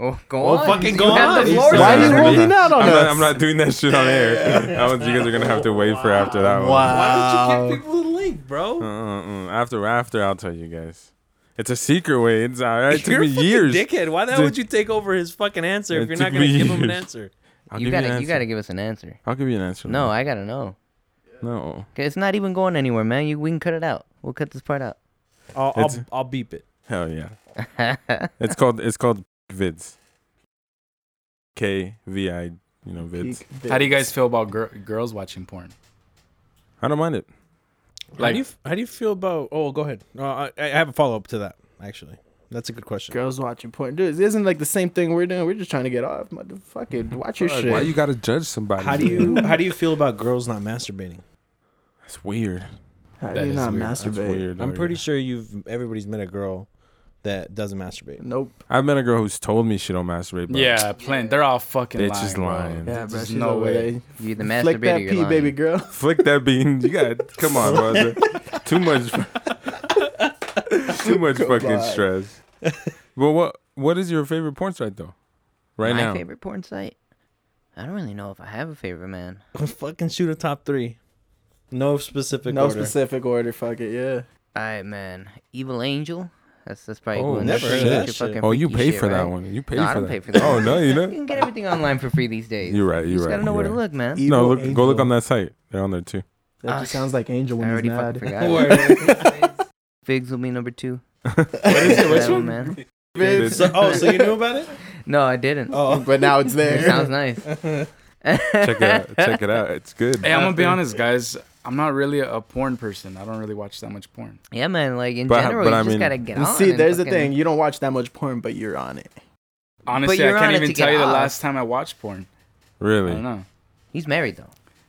S5: Oh, go
S1: Oh,
S5: on.
S1: fucking go
S5: *laughs* you Have
S1: on.
S5: the
S1: He
S5: floor,
S1: said-
S3: Why are
S5: sir.
S3: you
S2: Yeah.
S3: holding out
S1: Oh,
S3: on
S2: I'm
S3: us?
S2: not, I'm not doing that shit on
S1: *laughs*
S2: air. I was, you guys are gonna have to *laughs* wait for after that one.
S3: wow.
S1: people the link, bro?
S2: Uh, uh, uh. After after, I'll tell you guys. It's a secret way. It's all right. It took
S1: you're
S2: me
S1: a fucking
S2: years.
S1: dickhead. Why the hell
S2: Dude.
S1: would you take over his fucking answer
S2: It
S1: if you're
S2: took
S1: not gonna
S2: me
S1: give him an
S2: years.
S1: answer?
S2: I'll
S5: You
S2: give
S5: gotta
S2: an
S5: you gotta
S2: answer.
S5: give us an answer.
S2: I'll give you an answer.
S5: No, I gotta know.
S2: no.
S5: 'Cause It's not even going anywhere, man. You we can cut it out. We'll cut this part out. *laughs*
S1: I'll
S2: It's-
S1: I'll, I'll beep it.
S2: Hell yeah. It's called it's called vids. K V I. You know vids.
S4: How do you guys feel about gir- girls watching porn?
S2: I don't mind it.
S1: how
S4: Like-
S1: do you how do you feel about? Oh, go ahead. Uh, I, I have a follow up to that. Actually, that's a good question.
S3: Girls watching porn, dude. This isn't like the same thing we're doing. We're just trying to get off. Motherfucker, watch your
S2: Fuck,
S3: shit.
S2: Why you gotta judge somebody?
S1: How do you how do you feel about girls not masturbating?
S2: It's weird.
S3: How
S4: That
S3: do you
S4: is
S3: not
S4: weird.
S2: That's
S3: masturbate?
S2: weird.
S1: I'm
S2: dog.
S1: pretty sure you've everybody's met a girl that doesn't masturbate.
S3: Nope.
S2: I've met a girl who's told me she don't masturbate. Bro.
S4: Yeah, plenty. They're all fucking
S2: Bitch
S4: lying.
S2: is
S4: bro.
S2: lying.
S3: Yeah, bro.
S4: There's
S3: She's
S4: no
S3: over
S4: way.
S3: there.
S5: You the
S3: Flick that
S5: masturbator,
S3: pee,
S5: you're lying.
S3: baby
S2: *laughs*
S3: girl.
S2: Flick that bean. You got come
S5: *laughs*
S2: on, brother. Too much. too much fucking
S3: on.
S2: stress. But what what is your favorite porn site though? Right
S5: My
S2: now.
S5: favorite porn site. I don't really know if I have a favorite, man.
S1: *laughs* fucking shoot a top three. No specific.
S3: No
S1: order.
S3: specific order. Fuck it. Yeah.
S5: All right, man. Evil Angel. That's that's probably.
S2: Oh,
S1: never
S5: one that's
S1: heard of
S5: pretty
S1: that
S5: much
S1: shit.
S5: fucking
S2: Oh, you
S5: freaky
S2: pay
S5: shit,
S2: for that
S5: right?
S2: one. You pay
S5: No,
S2: for
S5: I don't
S2: that.
S5: pay for that.
S2: Oh no, you
S5: *laughs* You
S2: know.
S5: can get everything online for free these days.
S2: You're right.
S5: You
S2: You're
S5: just
S2: right.
S5: gotta know
S2: you're
S5: where
S2: right.
S5: to look, man.
S2: No,
S3: Evil
S2: look. Go look
S3: Angel.
S2: on that site. They're on there too.
S3: That just sounds like Angel
S5: I
S3: when he's
S5: already fucking
S3: mad. *laughs*
S5: forgot. Figs will be
S2: *laughs*
S5: number two. That one, man.
S2: Vids.
S1: So, oh, so you knew about *laughs* it?
S5: No, I didn't.
S1: Oh,
S3: But now it's *laughs*
S5: It
S3: there.
S5: sounds nice.
S2: *laughs* Check it out. Check it out. It's good.
S4: Hey, I'm gonna be honest, guys. I'm not really a, a porn person. I don't really watch that much porn.
S5: *laughs* Yeah, man. Like in
S2: But-
S5: general,
S2: but
S5: you
S2: I
S5: just
S2: mean-
S5: gotta get
S3: And
S5: on.
S3: see,
S5: and
S3: there's the
S5: fucking-
S3: thing. You don't watch that much porn, but you're on it.
S4: Honestly,
S5: you're
S4: I
S5: on
S4: can't
S5: it
S4: even
S5: to
S4: tell
S5: get
S4: you the
S5: off.
S4: last time I watched porn. I don't
S2: Really.
S4: know.
S5: He's married though.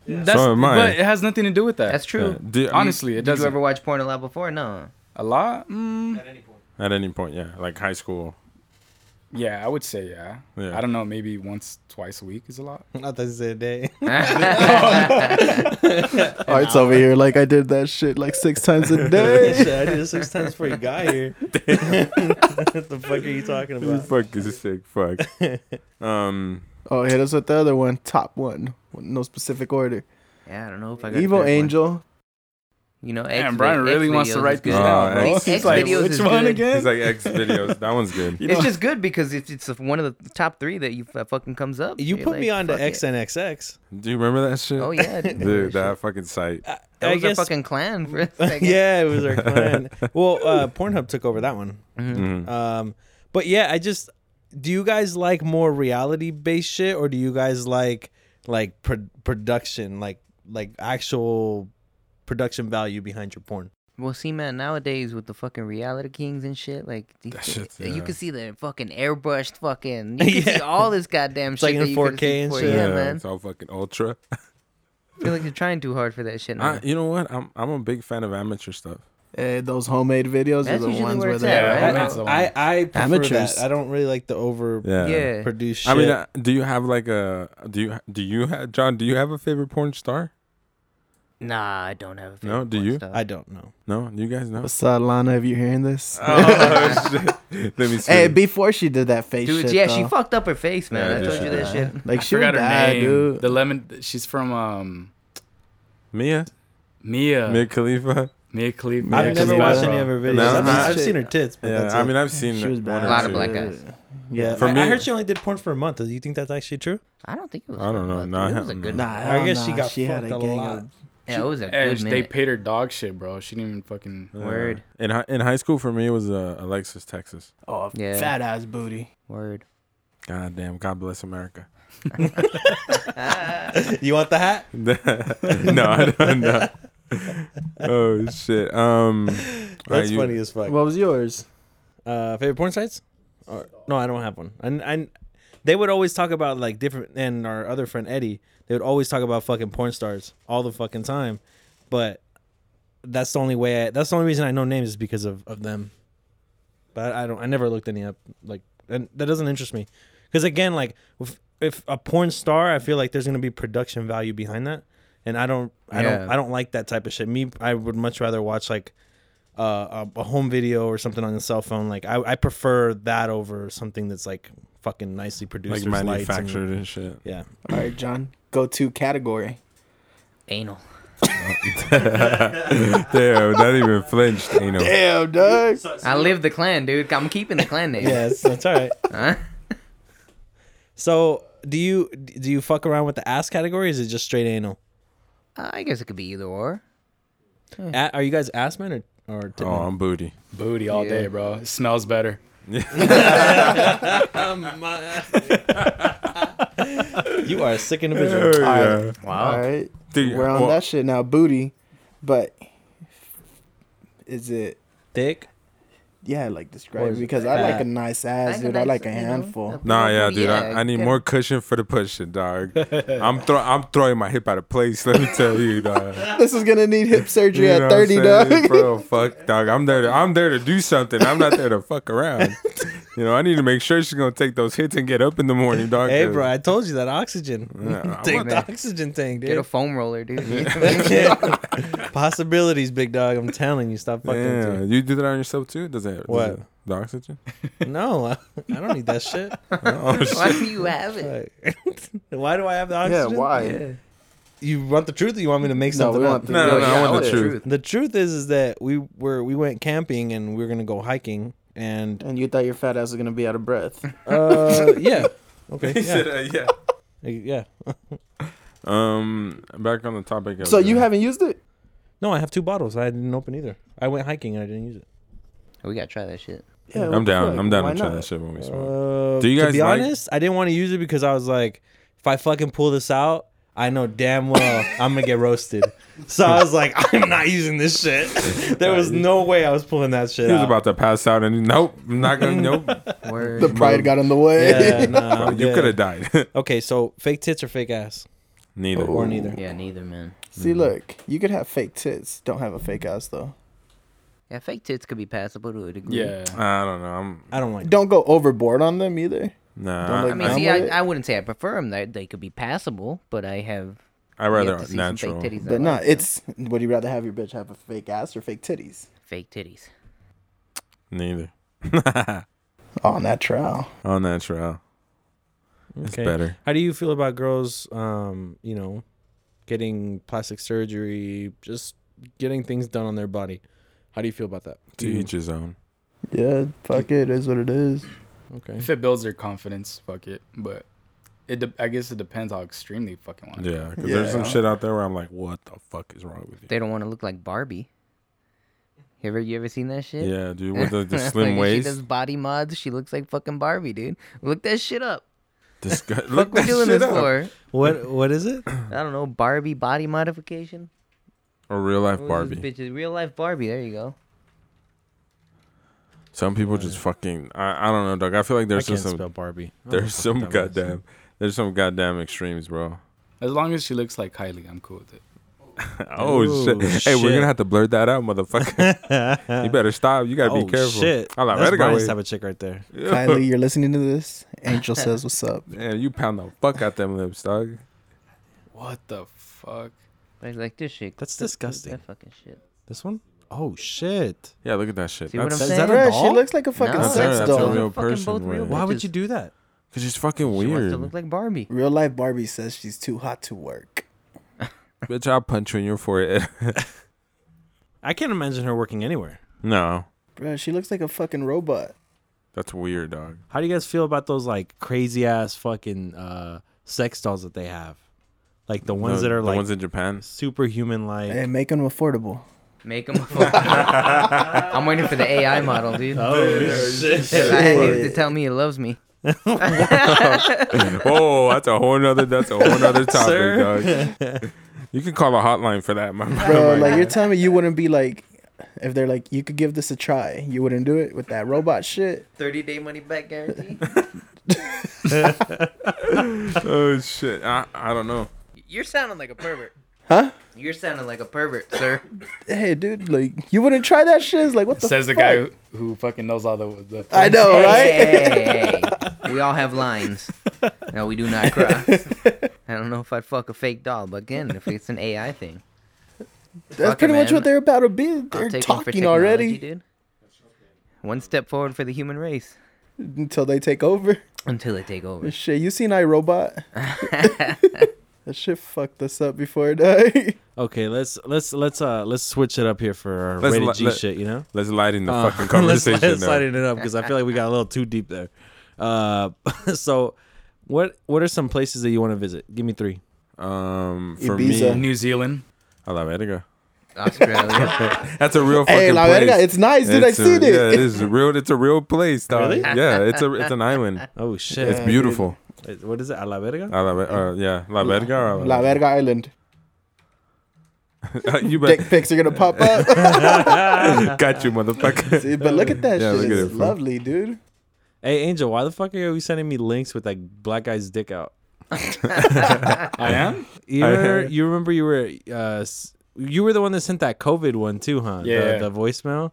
S4: That's,
S2: am I.
S4: But it has nothing to do with that.
S5: That's
S2: Yeah.
S5: true.
S2: Do- I mean,
S4: Honestly, it
S5: Did you
S4: doesn't.
S5: ever watch porn a lot
S2: *laughs*
S5: before? No.
S4: A lot? Mm,
S2: At any point, yeah. Like high school.
S4: yeah, I would say yeah.
S2: Yeah.
S4: I don't know, maybe once, twice a week is a lot.
S1: not that it's a day.
S3: Art's over here like I did that shit like six times
S1: *laughs*
S3: a day.
S1: I did it six times before you got *laughs* here. what the fuck are you talking about?
S2: Fuck is a sick fuck. um.
S3: *laughs* Oh, hit us with the other one. Top one. No specific order.
S5: *laughs* Yeah, I don't know if I got a
S3: Evil
S5: third one.
S3: Angel.
S5: You know, X
S4: Damn, Brian
S5: X
S4: really wants to
S5: videos
S4: write
S5: is good.
S4: these down.
S2: Oh,
S4: bro.
S2: X-
S5: X videos is good.
S2: He's like X videos. That one's good.
S5: it's just good because it's, it's one of the top three that you that fucking comes up.
S1: You
S5: You're
S1: put me
S5: like,
S1: on to
S5: fuck it.
S1: XNXX.
S2: Do you remember that shit?
S5: Oh
S2: *laughs*
S5: yeah, dude.
S2: Dude, that fucking site.
S5: that
S1: I
S5: was a
S1: guess- *laughs*
S5: fucking clan for a second.
S1: yeah, it was *laughs* our clan. well, uh, Pornhub took over that one.
S2: Mhm.
S1: Um, but yeah, I just do you guys like more reality based shit or do you guys like like pro- production, like like actual production value behind your porn?
S5: Well, see, man, nowadays with the fucking reality kings and shit, like these
S2: That
S5: thi-
S2: shit's,
S5: you
S2: yeah.
S5: can see the fucking airbrushed fucking. You can see
S1: *laughs* Yeah.
S5: all this goddamn
S1: It's
S5: shit.
S1: like in
S5: that you could've
S1: 4K
S5: seen
S1: and
S5: before.
S1: shit.
S5: Oh, Yeah, man.
S2: It's all fucking ultra.
S5: I feel like you're trying too hard for that shit. Now.
S2: I, you know what? I'm I'm a big fan of amateur stuff.
S3: Eh, those homemade videos
S5: That's
S3: are the
S5: usually
S3: ones
S5: where
S3: where
S5: it's
S3: they're
S5: at,
S4: Yeah,
S5: right?
S3: at.
S4: that's the one.
S1: I, I prefer
S3: Amateurs.
S1: that. I don't really like the over
S2: Yeah.
S5: yeah.
S1: produced shit.
S2: I mean, uh, do you have like a do you do you have, John? Do you have a favorite porn star?
S5: Nah, I don't have a favorite
S2: No, do
S5: porn
S2: you?
S5: star.
S6: I don't know.
S2: No, you guys know.
S3: What's up, Lana? If you're hearing this,
S2: *laughs* Oh, *laughs* shit. Let me see.
S3: hey, before she did that face
S5: Dude,
S3: shit,
S5: yeah,
S3: though,
S5: she fucked up her face, man.
S2: Yeah,
S5: I
S2: dude,
S5: told
S2: she
S5: you that shit.
S3: like
S4: I
S3: she
S4: forgot
S3: would
S4: her
S3: die,
S4: name.
S3: dude.
S4: The lemon. She's from um
S2: Mia,
S5: Uh,
S4: Mia.
S2: Mia
S4: Mia,
S2: Khalifa.
S4: Khalifa.
S2: I've
S1: I've
S2: Yeah,
S1: never
S2: she's
S1: watched
S2: bad,
S1: any
S2: bro.
S1: of her videos.
S2: No,
S1: I've,
S2: no,
S1: just-
S2: I-
S1: I've seen her tits, but
S2: Yeah,
S1: that's
S2: I
S1: it.
S2: mean, I've seen
S3: She was
S2: one
S3: bad.
S2: or
S5: A lot of
S2: two.
S5: black guys.
S3: Yeah,
S2: For
S1: I,
S2: me-
S1: I heard she only did porn for a month. Do you think that's actually true?
S5: I don't think it was.
S2: I don't
S5: her,
S2: know,
S5: but
S2: nah,
S5: it was a
S2: hell
S5: good.
S3: nah,
S1: I
S3: hell
S1: guess she
S3: nah,
S1: got
S3: had
S1: fucked
S3: a
S1: a
S3: gang
S1: lot.
S3: of-
S5: Yeah, it was a
S4: And
S5: good
S4: they
S5: minute.
S4: paid her dog shit, bro. She didn't even fucking.
S2: Yeah.
S5: Word.
S2: In hi- in high school for me it was uh, Alexis Texas.
S3: Oh,
S5: Yeah.
S3: fat ass booty.
S5: Word.
S2: God damn. God bless America. *laughs*
S1: You want the hat?
S2: no, I don't know. oh
S3: *laughs*
S2: shit. Um, right,
S1: That's
S2: you-
S1: funny as fuck.
S3: What was yours?
S1: Uh, favorite porn sites? Or, no, I don't have one. And and they would always talk about like different. And our other friend Eddie, they would always talk about fucking porn stars all the fucking time. But that's the only way. I, that's the only reason I know names is because of of them. But I, I don't. I never looked any up. Like and that doesn't interest me. Because again, like if, if a porn star, I feel like there's gonna be production value behind that. And I don't, I don't,
S5: Yeah.
S1: I don't like that type of shit. Me, I would much rather watch like uh, a, a home video or something on the cell phone. Like I, I prefer that over something that's like fucking nicely
S2: like
S1: produced, like
S2: manufactured and shit.
S1: yeah,
S3: All right, John. Go to category.
S5: Anal.
S2: Damn, not even flinched, you know.
S3: Damn, dog.
S5: I live the clan, dude. I'm keeping the clan name.
S1: yeah, it's, that's all right.
S5: *laughs* Huh?
S1: So do you do you fuck around with the ass category? Or is it just straight anal?
S5: I guess it could be either or.
S1: A- are you guys ass men or or tit
S2: Oh, I'm booty.
S4: Booty all
S5: Yeah.
S4: day, bro. It smells better.
S1: men? You are a sick individual.
S2: Yeah.
S3: All right.
S2: Dude,
S3: We're on
S2: well,
S3: that shit now, booty. But is it
S1: Thick.
S3: yeah, like
S1: Or
S3: describe
S1: is it
S3: because I like
S1: fat?
S3: a nice ass, dude. I like a
S5: *laughs*
S3: handful.
S2: Nah, yeah, dude. I, I need more cushion for the pushing,
S3: *laughs*
S2: dog. I'm throw, I'm throwing my hip out of place. *laughs* Let me tell you, dog.
S3: This is gonna need hip surgery
S2: know
S3: at
S2: what I'm
S3: thirty,
S2: saying?
S3: dog.
S2: Bro, fuck, dog. I'm there. To, I'm there to do something. I'm not there to fuck
S3: *laughs*
S2: around. You know, I need to make sure she's gonna take those hits and get up in the morning, dog.
S1: Hey,
S2: 'cause-
S1: bro, I told you that oxygen. *laughs*
S2: *laughs* Yeah, I
S1: Take
S2: want
S1: the
S5: that.
S1: oxygen thing,
S5: Get a
S1: dude.
S5: *laughs* foam
S2: *laughs*
S5: roller, dude.
S1: *laughs* Possibilities, big dog. I'm telling you, stop fucking. with
S2: Yeah,
S1: it.
S2: you do that on yourself too. Does it? does
S1: What?
S2: it- the oxygen?
S1: No, I, I don't need that shit.
S2: Oh, shit.
S5: Why
S2: *laughs*
S5: do you
S3: *laughs*
S5: have it?
S1: Like, *laughs* why do I have the
S3: yeah,
S1: oxygen?
S3: why?
S1: You want the truth, or you want me to make
S3: No,
S1: something
S3: we
S1: up?
S3: want the
S2: No, no, no, I want the
S5: Yeah.
S2: truth.
S1: the truth is, is that we were we went camping and we were gonna go hiking, and
S3: And you thought your fat ass was gonna be out of breath.
S1: uh, yeah, okay,
S2: He said,
S1: yeah,
S2: uh, yeah.
S1: yeah.
S2: Um, back on the topic. Of
S3: so you
S2: the-
S3: haven't used it?
S1: No, I have two bottles. I didn't open either. I went hiking and I didn't use it.
S5: We gotta try that shit.
S3: Yeah, what
S2: I'm
S3: the
S2: down.
S3: fuck?
S2: I'm down
S3: Why
S2: to try that
S3: not?
S2: shit when we smoke.
S1: Uh,
S2: Do you
S1: to
S2: guys
S1: be
S2: like-
S1: honest, I didn't want to use it because I was like, if I fucking pull this out, I know damn *laughs* well I'm gonna get roasted. So I was like, I'm not using this shit. *laughs* There was no way I was pulling that shit
S2: he was
S1: out.
S2: about to pass out, and nope, I'm not gonna. Nope,
S3: *laughs*
S5: Word.
S3: The pride got in the way. *laughs*
S1: Oh,
S2: Mm-hmm.
S1: yeah, *laughs* nah,
S2: Bro,
S1: I'm
S2: you
S1: good.
S2: could have died. *laughs*
S1: Okay, so fake tits or fake ass
S2: Neither.
S1: or neither.
S5: yeah, neither, man.
S3: See, look, you could have fake tits. Don't have a fake ass though.
S5: Yeah, fake tits could be passable to a degree.
S4: Yeah.
S2: I don't know. I'm
S1: I don't like.
S3: Don't go overboard on them either.
S2: nah.
S3: Don't
S2: I,
S3: look
S5: I
S2: I,
S5: mean,
S3: I'm
S5: see,
S3: with
S5: I,
S3: it.
S5: I wouldn't say I prefer them. They, they could be passable, but I have
S2: I
S5: yet
S2: rather
S5: to see some fake
S2: natural.
S5: titties. that
S3: But no,
S5: like them.
S3: it's would you rather have your bitch have a fake ass or fake titties?
S5: fake titties.
S2: Neither. *laughs*
S3: On that trial.
S2: All natural. It's
S1: Okay.
S2: better.
S1: How do you feel about girls, um, you know, getting plastic surgery, just getting things done on their body? How do you feel about that?
S2: To each his own.
S3: Yeah, fuck it, is what
S2: *laughs*
S3: it is.
S1: Okay.
S4: If it builds their confidence, fuck it. But it, de- I guess it depends how extreme they fucking want. it.
S2: Yeah, 'cause there's some
S3: Yeah.
S2: shit out there where I'm like, what the fuck is wrong with you?
S5: They don't want to look like Barbie. You ever you ever seen that shit?
S2: Yeah, dude, with
S5: *laughs*
S2: the,
S1: *laughs*
S2: the
S5: Like,
S2: slim
S5: if
S2: waist.
S5: She does body mods. She looks like fucking Barbie, dude. Look that shit up.
S1: *laughs*
S2: Disgu-
S5: Fuck,
S2: look
S5: we're
S2: that
S5: doing
S2: shit
S5: this
S2: up.
S5: for.
S1: What What is it?
S5: I don't know Barbie body modification.
S2: Or real life
S5: What was this
S2: Barbie.
S5: bitch's- real life Barbie. There you go.
S2: Some people just fucking. I, I don't know, dog. I feel like
S1: I
S2: there's
S1: can't
S2: just some.
S1: spell Barbie. I don't know
S2: There's
S1: what
S2: some
S1: the fuck that was.
S2: goddamn. There's some goddamn extremes,
S1: *laughs*
S2: bro.
S4: As long as she looks like Kylie, I'm cool with it.
S2: Oh
S1: Ooh,
S2: shit. Hey, we're
S1: shit.
S2: gonna have to blur that out, motherfucker.
S1: *laughs*
S2: you better stop. You gotta
S1: Oh
S2: be careful.
S1: shit!
S2: I like
S1: That's
S2: better go
S1: Brian's
S2: away.
S1: type of chick right there.
S3: Kylie, you're listening to this. Angel
S1: *laughs*
S3: says what's up.
S2: Man, you pound the fuck out them lips, dog.
S4: What the fuck?
S5: But it's like this shit.
S1: That's
S5: that- that-
S1: disgusting.
S5: That fucking shit.
S1: This one? Oh shit!
S2: Yeah, look at that shit.
S5: See what I'm
S2: That's
S1: Is
S5: saying?
S1: that a
S3: Bruh,
S1: doll?
S3: She looks like a fucking
S5: No.
S2: That's
S3: sex
S2: her, that's a
S3: doll.
S2: real
S5: Fucking both
S2: person.
S5: real
S2: Real
S1: Why
S5: bitches.
S1: would you do that?
S2: Cause she's fucking
S5: She wants to look
S2: weird.
S5: like Barbie.
S3: Real life Barbie says she's too hot to work.
S2: Bitch, I'll punch you in your forehead. *laughs*
S7: I can't imagine her working anywhere.
S2: no,
S3: Bro, she looks like a fucking robot.
S2: that's weird, dog.
S1: How do you guys feel about those like crazy ass fucking uh, sex dolls that they have? Like the ones
S2: The-
S1: that are
S2: the
S1: like
S2: ones in Japan.
S1: superhuman, like
S3: Hey, make them affordable.
S5: Make
S1: *laughs*
S5: them. I'm waiting for the AI model, dude. I need it to tell me it loves me.
S2: *laughs* oh, that's a whole nother. That's a whole nother topic,
S7: Sir.
S1: *laughs*
S2: dog. You can call a hotline for that, my
S3: Bro,
S2: my-
S3: like you're telling me you wouldn't be like, if they're like, you could give this a try, you wouldn't do it with that robot shit.
S5: Thirty day money back guarantee. *laughs*
S2: oh shit. I, I don't know.
S5: You're sounding like a pervert.
S3: Huh?
S5: You're sounding like a pervert, sir.
S3: Hey, dude, like you wouldn't try that shit. It's like what the
S4: Says the
S3: fuck?
S4: guy who, who fucking knows all the. the
S3: I *laughs* know, right?
S5: Hey, we all have lines. No, we do not
S3: *laughs*
S5: cross. I don't know if I'd fuck a fake doll, but again, if it's an AI thing,
S3: That's
S5: Fuck it,
S3: pretty much
S5: man.
S3: what they're about to be. They're
S5: I'll take one for
S3: talking
S5: technology,
S3: already
S5: dude. One step forward for the human race
S3: until they take over. *laughs*
S5: until they take over.
S3: Shit, you seen iRobot? *laughs* that shit fucked us up before it died. *laughs*
S1: okay, let's let's let's uh let's switch it up here for our
S2: Let's
S1: rated
S2: li-
S1: G
S2: let-
S1: shit, you know?
S2: Let's lighten the
S1: Uh,
S2: fucking
S1: *laughs* let's-
S2: conversation.
S1: Let's
S2: now.
S1: lighten it up because I feel like we got a little too deep there. Uh, *laughs* so what what are some places that you want to visit? Give me three.
S2: Um, for
S3: Ibiza.
S2: me,
S4: New Zealand.
S2: I love Edgar.
S5: Australia.
S2: That's a real fucking
S3: hey, La
S2: place.
S3: Verga, it's nice, dude. I
S2: It's a-
S3: seen it.
S2: Yeah, it is real. It's a real place, dog. Yeah, it's a it's an island.
S1: *laughs* Oh shit!
S2: It's beautiful.
S1: Wait, What is it? A la verga?
S2: I love it. Uh, yeah, La Verga. Or
S3: *laughs* La Verga
S2: *laughs*
S3: Island.
S2: you bet. *laughs*
S3: *laughs* Dick pics are gonna pop up. *laughs*
S2: Got you, motherfucker.
S3: See, but look at that
S2: Yeah,
S3: shit.
S2: look at
S3: it's
S2: it, fool.
S3: lovely, dude.
S1: Hey Angel, why the fuck are you sending me links with that black guy's dick out?
S4: I am.
S1: You remember, you remember you were uh s- you were the one that sent that COVID one too, huh?
S4: Yeah.
S1: The, the voicemail.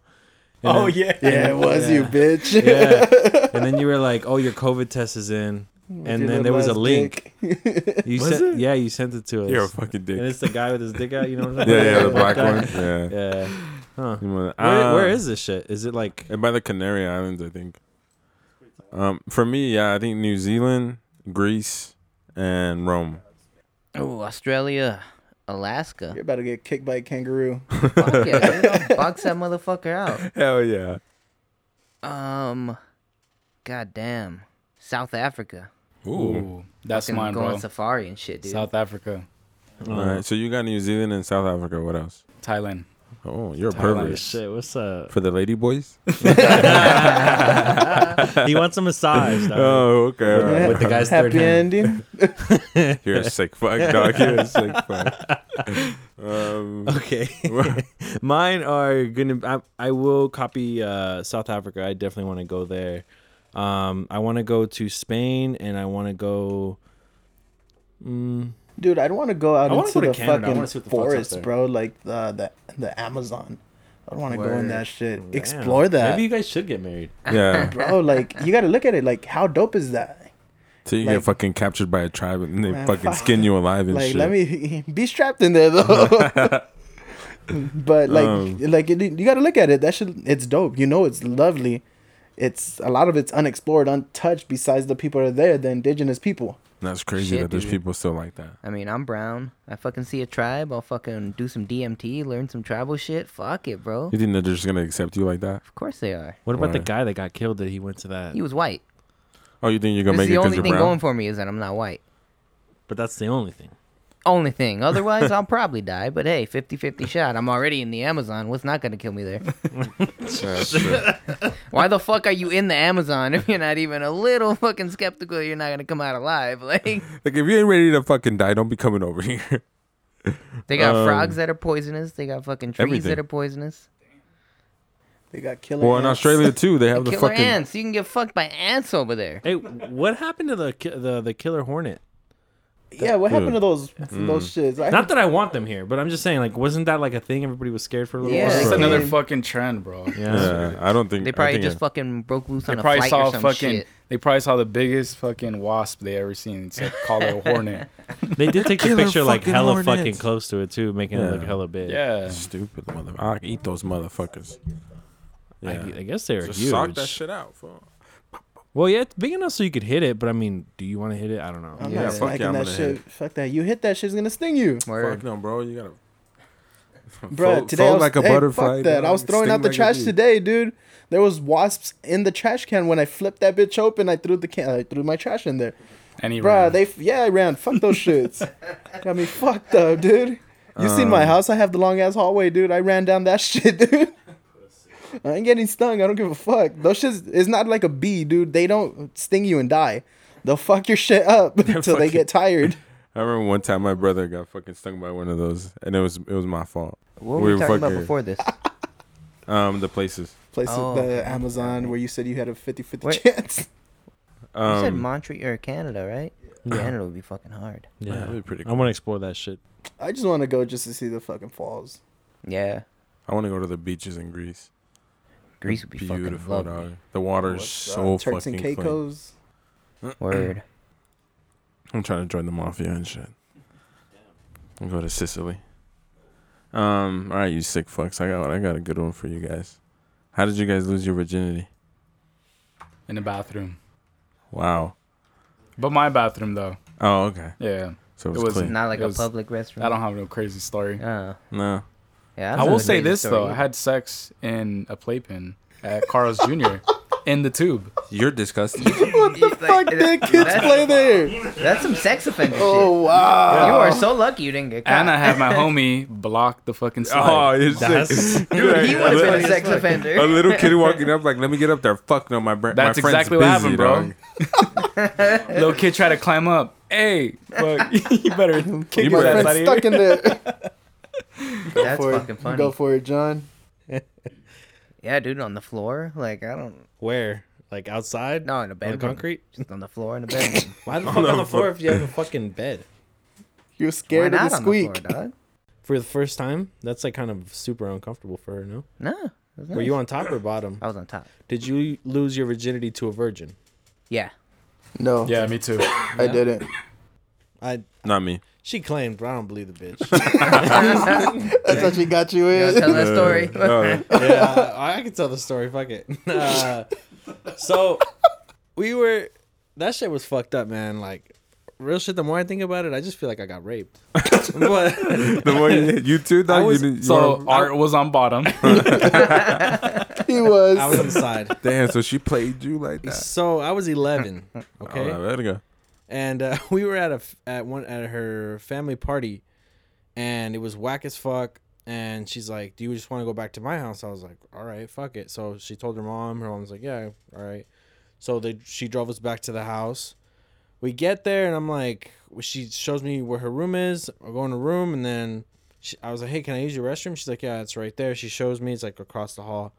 S7: Oh yeah.
S3: Yeah, it was you, bitch.
S2: *laughs*
S1: Yeah. and then you were like, "Oh, your COVID test is in," and then there was a link. You
S2: Was
S1: sent,
S2: it?
S1: yeah, you sent it to us.
S2: *laughs* You're a fucking
S1: and
S2: dick.
S1: it's the guy with his dick out. You know what I'm
S2: *laughs* Yeah,
S1: talking
S2: yeah, the
S1: about?
S2: black one. Yeah.
S1: Yeah. Huh.
S2: You mother-
S1: Where, where
S2: Ah.
S1: is this shit? Is it like
S2: And by the Canary Islands, I think. Um, for me, yeah, I think New Zealand, Greece, and Rome.
S5: oh, Australia, Alaska.
S3: *laughs* You're about to get kicked by a kangaroo.
S5: Fuck yeah,
S3: *laughs*
S5: dude. box that motherfucker out.
S2: Hell yeah!
S5: Um, goddamn, South Africa.
S2: Ooh.
S4: Ooh, that's
S5: Fucking
S4: mine,
S5: go
S4: bro.
S5: on safari and shit, dude.
S4: South Africa,
S2: All
S1: oh,
S5: Uh-huh.
S2: right, so you got New Zealand and South Africa. What else?
S4: Thailand.
S2: Oh, you're a
S4: Thailand.
S2: pervert.
S1: shit? What's
S2: *laughs*
S1: up?
S2: For the lady boys?
S1: he wants a massage. dog.
S2: Oh, okay. all right.
S3: *laughs*
S1: With the guy's third
S3: Happy
S1: hand.
S3: ending.
S2: *laughs* You're a sick fuck, *laughs* dog. You're a sick fuck. Um,
S1: Okay. *laughs* Mine are gonna. I, I will copy uh, South Africa. I definitely want to go there. Um, I want to go to Spain, and I want to go. Mm,
S3: Dude, I'd want to go out
S1: I wanna go
S3: into
S1: to
S3: the
S1: Canada. I wanna see
S3: fucking
S1: what the fuck's out there.
S3: forest, bro. Like the the, the Amazon. I want to go in
S5: Word.
S3: that shit.
S1: damn.
S3: Explore that,
S1: Maybe you guys should get married.
S2: *laughs* yeah.
S3: *laughs* bro. Like you got to look at it. Like how dope is that?
S2: So you get
S3: Like-
S2: fucking captured by a tribe and they
S3: Man,
S2: fucking
S3: fuck.
S2: skin you alive and
S3: Like
S2: shit.
S3: let me *laughs* be strapped in there though. *laughs* but like
S2: Um.
S3: like it, you got to look at it. That shit, it's dope. You know, it's lovely. It's a lot of it's unexplored, untouched. Besides the people that are there, the indigenous people.
S2: That's crazy
S5: Shit,
S2: that there's
S5: dude.
S2: people still like that.
S5: I mean, I'm brown. I fucking see a tribe. I'll fucking do some DMT, learn some tribal shit. Fuck it, bro.
S2: You think they're just gonna accept you like that?
S5: Of course they are.
S1: What about the
S2: Why?
S1: guy that got killed that he went to that?
S5: He was white.
S2: Oh, you think you're gonna
S5: This is
S2: make it
S5: the
S2: because
S5: only
S2: you're
S5: thing
S2: brown?
S5: going for me is that I'm not white.
S1: But that's the only thing.
S2: *laughs*
S5: Only thing. Otherwise, I'll probably die. But hey, 50 50 shot. I'm already in the Amazon. What's not going to kill me there?
S2: Yeah, *laughs* that's true.
S5: *laughs* Why the fuck are you in the Amazon if you're not even a little fucking skeptical you're not going to come out alive? *laughs* Like,
S2: Like if you ain't ready to fucking die, don't be coming over *laughs* here.
S5: they got
S2: Um,
S5: frogs that are poisonous. They got fucking trees
S2: everything.
S5: that are poisonous.
S3: They got killer.
S2: well, in
S3: ants. *laughs*
S2: Australia too, they have the
S5: Killer
S2: fucking
S5: ants. You can get fucked by ants over there.
S1: Hey, what happened to the ki- the the killer hornet?
S3: Yeah, what happened
S2: Dude.
S3: to those
S2: Mm.
S3: those shits? I
S1: Not that I want them here, but I'm just saying, like, wasn't that like a thing everybody was scared for a little
S3: Yeah,
S1: while?
S4: It's
S2: Right.
S4: another fucking trend, bro.
S1: Yeah.
S2: Yeah, I don't think
S5: They
S2: I
S5: probably
S2: think
S5: just
S2: it-
S5: fucking broke loose
S4: They
S5: on a
S4: probably
S5: flight
S4: saw
S5: or
S4: a
S5: some
S4: fucking.
S5: shit.
S3: *laughs*
S4: They probably saw the biggest fucking wasp they ever seen. It's like, called it a hornet.
S6: *laughs* They did take the
S2: Killer
S6: picture like
S2: fucking
S6: hella
S2: hornets.
S6: fucking close to it too, making
S2: Yeah.
S6: it look hella big.
S4: Yeah.
S2: Stupid motherfucker. I eat those motherfuckers.
S6: I,
S2: Yeah.
S6: I guess they're
S2: Just
S6: huge.
S2: sock that shit out. Fuck.
S6: Well, yeah, it's big enough so you could hit it, but I mean, do you want to hit it? I don't know.
S3: I'm
S5: Yeah,
S3: not
S5: fuck
S2: yeah,
S3: smacking
S2: I'm
S3: that
S2: gonna
S3: shit. Fuck that. You hit that shit's gonna sting you.
S5: Word.
S2: Fuck no, bro. You gotta.
S3: Bro,
S2: Fold-
S3: today I
S2: fold
S3: was,
S2: like a
S3: hey,
S2: butterfly,
S3: Fuck that. I
S2: dog.
S3: was throwing
S2: Sting
S3: out the
S2: like a
S3: trash
S2: bee.
S3: today, dude. There was wasps in the trash can when I flipped that bitch open. I threw the can. I threw my trash in there,
S4: And he
S3: Bruh,
S4: ran.
S3: They f- yeah, I ran. Fuck those shits. Got me fucked up, dude. You seen my house? I have the long ass hallway, dude. I ran down that *laughs* shit, dude. I ain't getting stung. I don't give a fuck. Those shits. It's not like a bee, dude. They don't sting you and die. They'll fuck your shit up until they
S2: fucking-
S3: get tired.
S2: I remember one time my brother got fucking stung by one of those, and it was it was my fault.
S5: What were we talking about
S2: fucking-
S5: before this?
S2: Um, the places.
S3: Place
S5: Oh,
S3: the
S5: okay.
S3: Amazon where you said you had a 50-50
S5: Wait.
S3: chance. *laughs*
S5: you said
S2: Um,
S5: Montreal or Canada, right? Canada would be fucking hard.
S6: Yeah,
S2: that'd be pretty
S6: I want to explore that shit.
S3: I just want to go just to see the fucking falls.
S5: Yeah,
S2: I want to go to the beaches in Greece.
S5: Greece would be fucking
S2: Beautiful,
S5: lovely.
S2: dog. The water is so
S3: uh, Turks and
S2: fucking clean.
S5: *laughs*
S3: Caicos.
S5: *clears throat* Word.
S2: I'm trying to join the mafia and shit. I'll go to Sicily. Um, all right, you sick fucks. I got I got a good one for you guys. How did you guys lose your virginity?
S4: in the bathroom.
S2: Wow.
S4: But my bathroom though.
S2: Oh, okay.
S4: Yeah.
S2: So it was,
S4: It was
S2: clean.
S5: Not like
S4: It
S5: a
S4: was-
S5: public restroom.
S4: I don't have no crazy story.
S5: Uh,
S2: no.
S5: yeah,
S4: I will say this though. I had sex in a playpen at Carl's Jr. in the tube.
S2: You're *laughs* disgusting.
S3: Fuck that kids play there.
S5: That's some sex offender
S3: Oh wow.
S5: shit. You are so lucky you didn't get caught. *laughs*
S4: And I had my homie block the fucking
S2: oh,
S4: slide.
S2: you're sick. You're
S5: he
S2: like-
S5: would
S2: *laughs*
S5: have
S2: a
S5: been a
S2: li-
S5: sex offender.
S2: a little kid walking up like, let me get up there. Fuck no, my, br- my
S4: That's
S2: friend's
S4: exactly
S2: busy,
S4: what happened, bro.
S2: dog.
S4: Little kid tried to climb up. Hey,
S6: *laughs*
S4: fuck. you better kick
S2: You
S4: his
S2: better-
S4: ass
S3: friend
S4: out of
S3: stuck
S4: here.
S3: in there.
S5: That's
S3: for
S5: fucking
S3: it.
S5: funny.
S3: Go for it, John.
S5: yeah, dude, on the floor. Like I don't.
S1: Where? Like outside?
S5: No, in a bedroom.
S1: on concrete.
S5: Just on the floor in *laughs* the bedroom.
S1: Why
S2: *laughs*
S1: the fuck on the floor if you have a fucking bed?
S3: You were
S5: Why
S3: scared of
S5: not
S3: the
S5: on the
S3: squeak.
S5: floor, dog?
S1: For the first time, that's like kind of super uncomfortable for her. No,
S5: No. that's
S1: were
S5: nice.
S1: you on top or bottom?
S5: I was on top.
S1: Did you lose your virginity to a virgin?
S5: Yeah.
S3: *laughs* no,
S4: Yeah, me too.
S3: I didn't.
S1: I.
S2: Not me.
S1: She claimed, but I don't believe the
S2: *laughs*
S1: bitch.
S3: That's what she got you in.
S5: Tell that story.
S2: Uh,
S1: yeah, I, I can tell the story. Fuck it. *laughs* Uh, so we were. That shit was fucked up, man. Like real shit. The more I think about it, I just feel like I got
S2: *laughs*
S1: raped. but
S2: the more you, you too, dog.
S1: I was-
S2: you, didn't- you
S4: So
S2: weren't-
S4: Art was on *laughs* bottom.
S3: *laughs* He
S1: I was
S3: was.
S1: inside.
S2: *laughs* damn. So she played you like that.
S1: So I was 11.
S2: Okay.
S1: Okay.
S2: All right, let it go.
S1: and uh, *laughs* we were at a f- at one at her family party, and it was whack as fuck. And she's like, "Do you just want to go back to my house?" I was like, "All right, fuck it." So she told her mom. Her mom's like, "Yeah, all right." So they she drove us back to the house. We get there, and I'm like, she shows me where her room is. I go in her room, and then she, I was like, "Hey, can I use your restroom?" She's like, "Yeah, it's right there." She shows me it's like across the hall.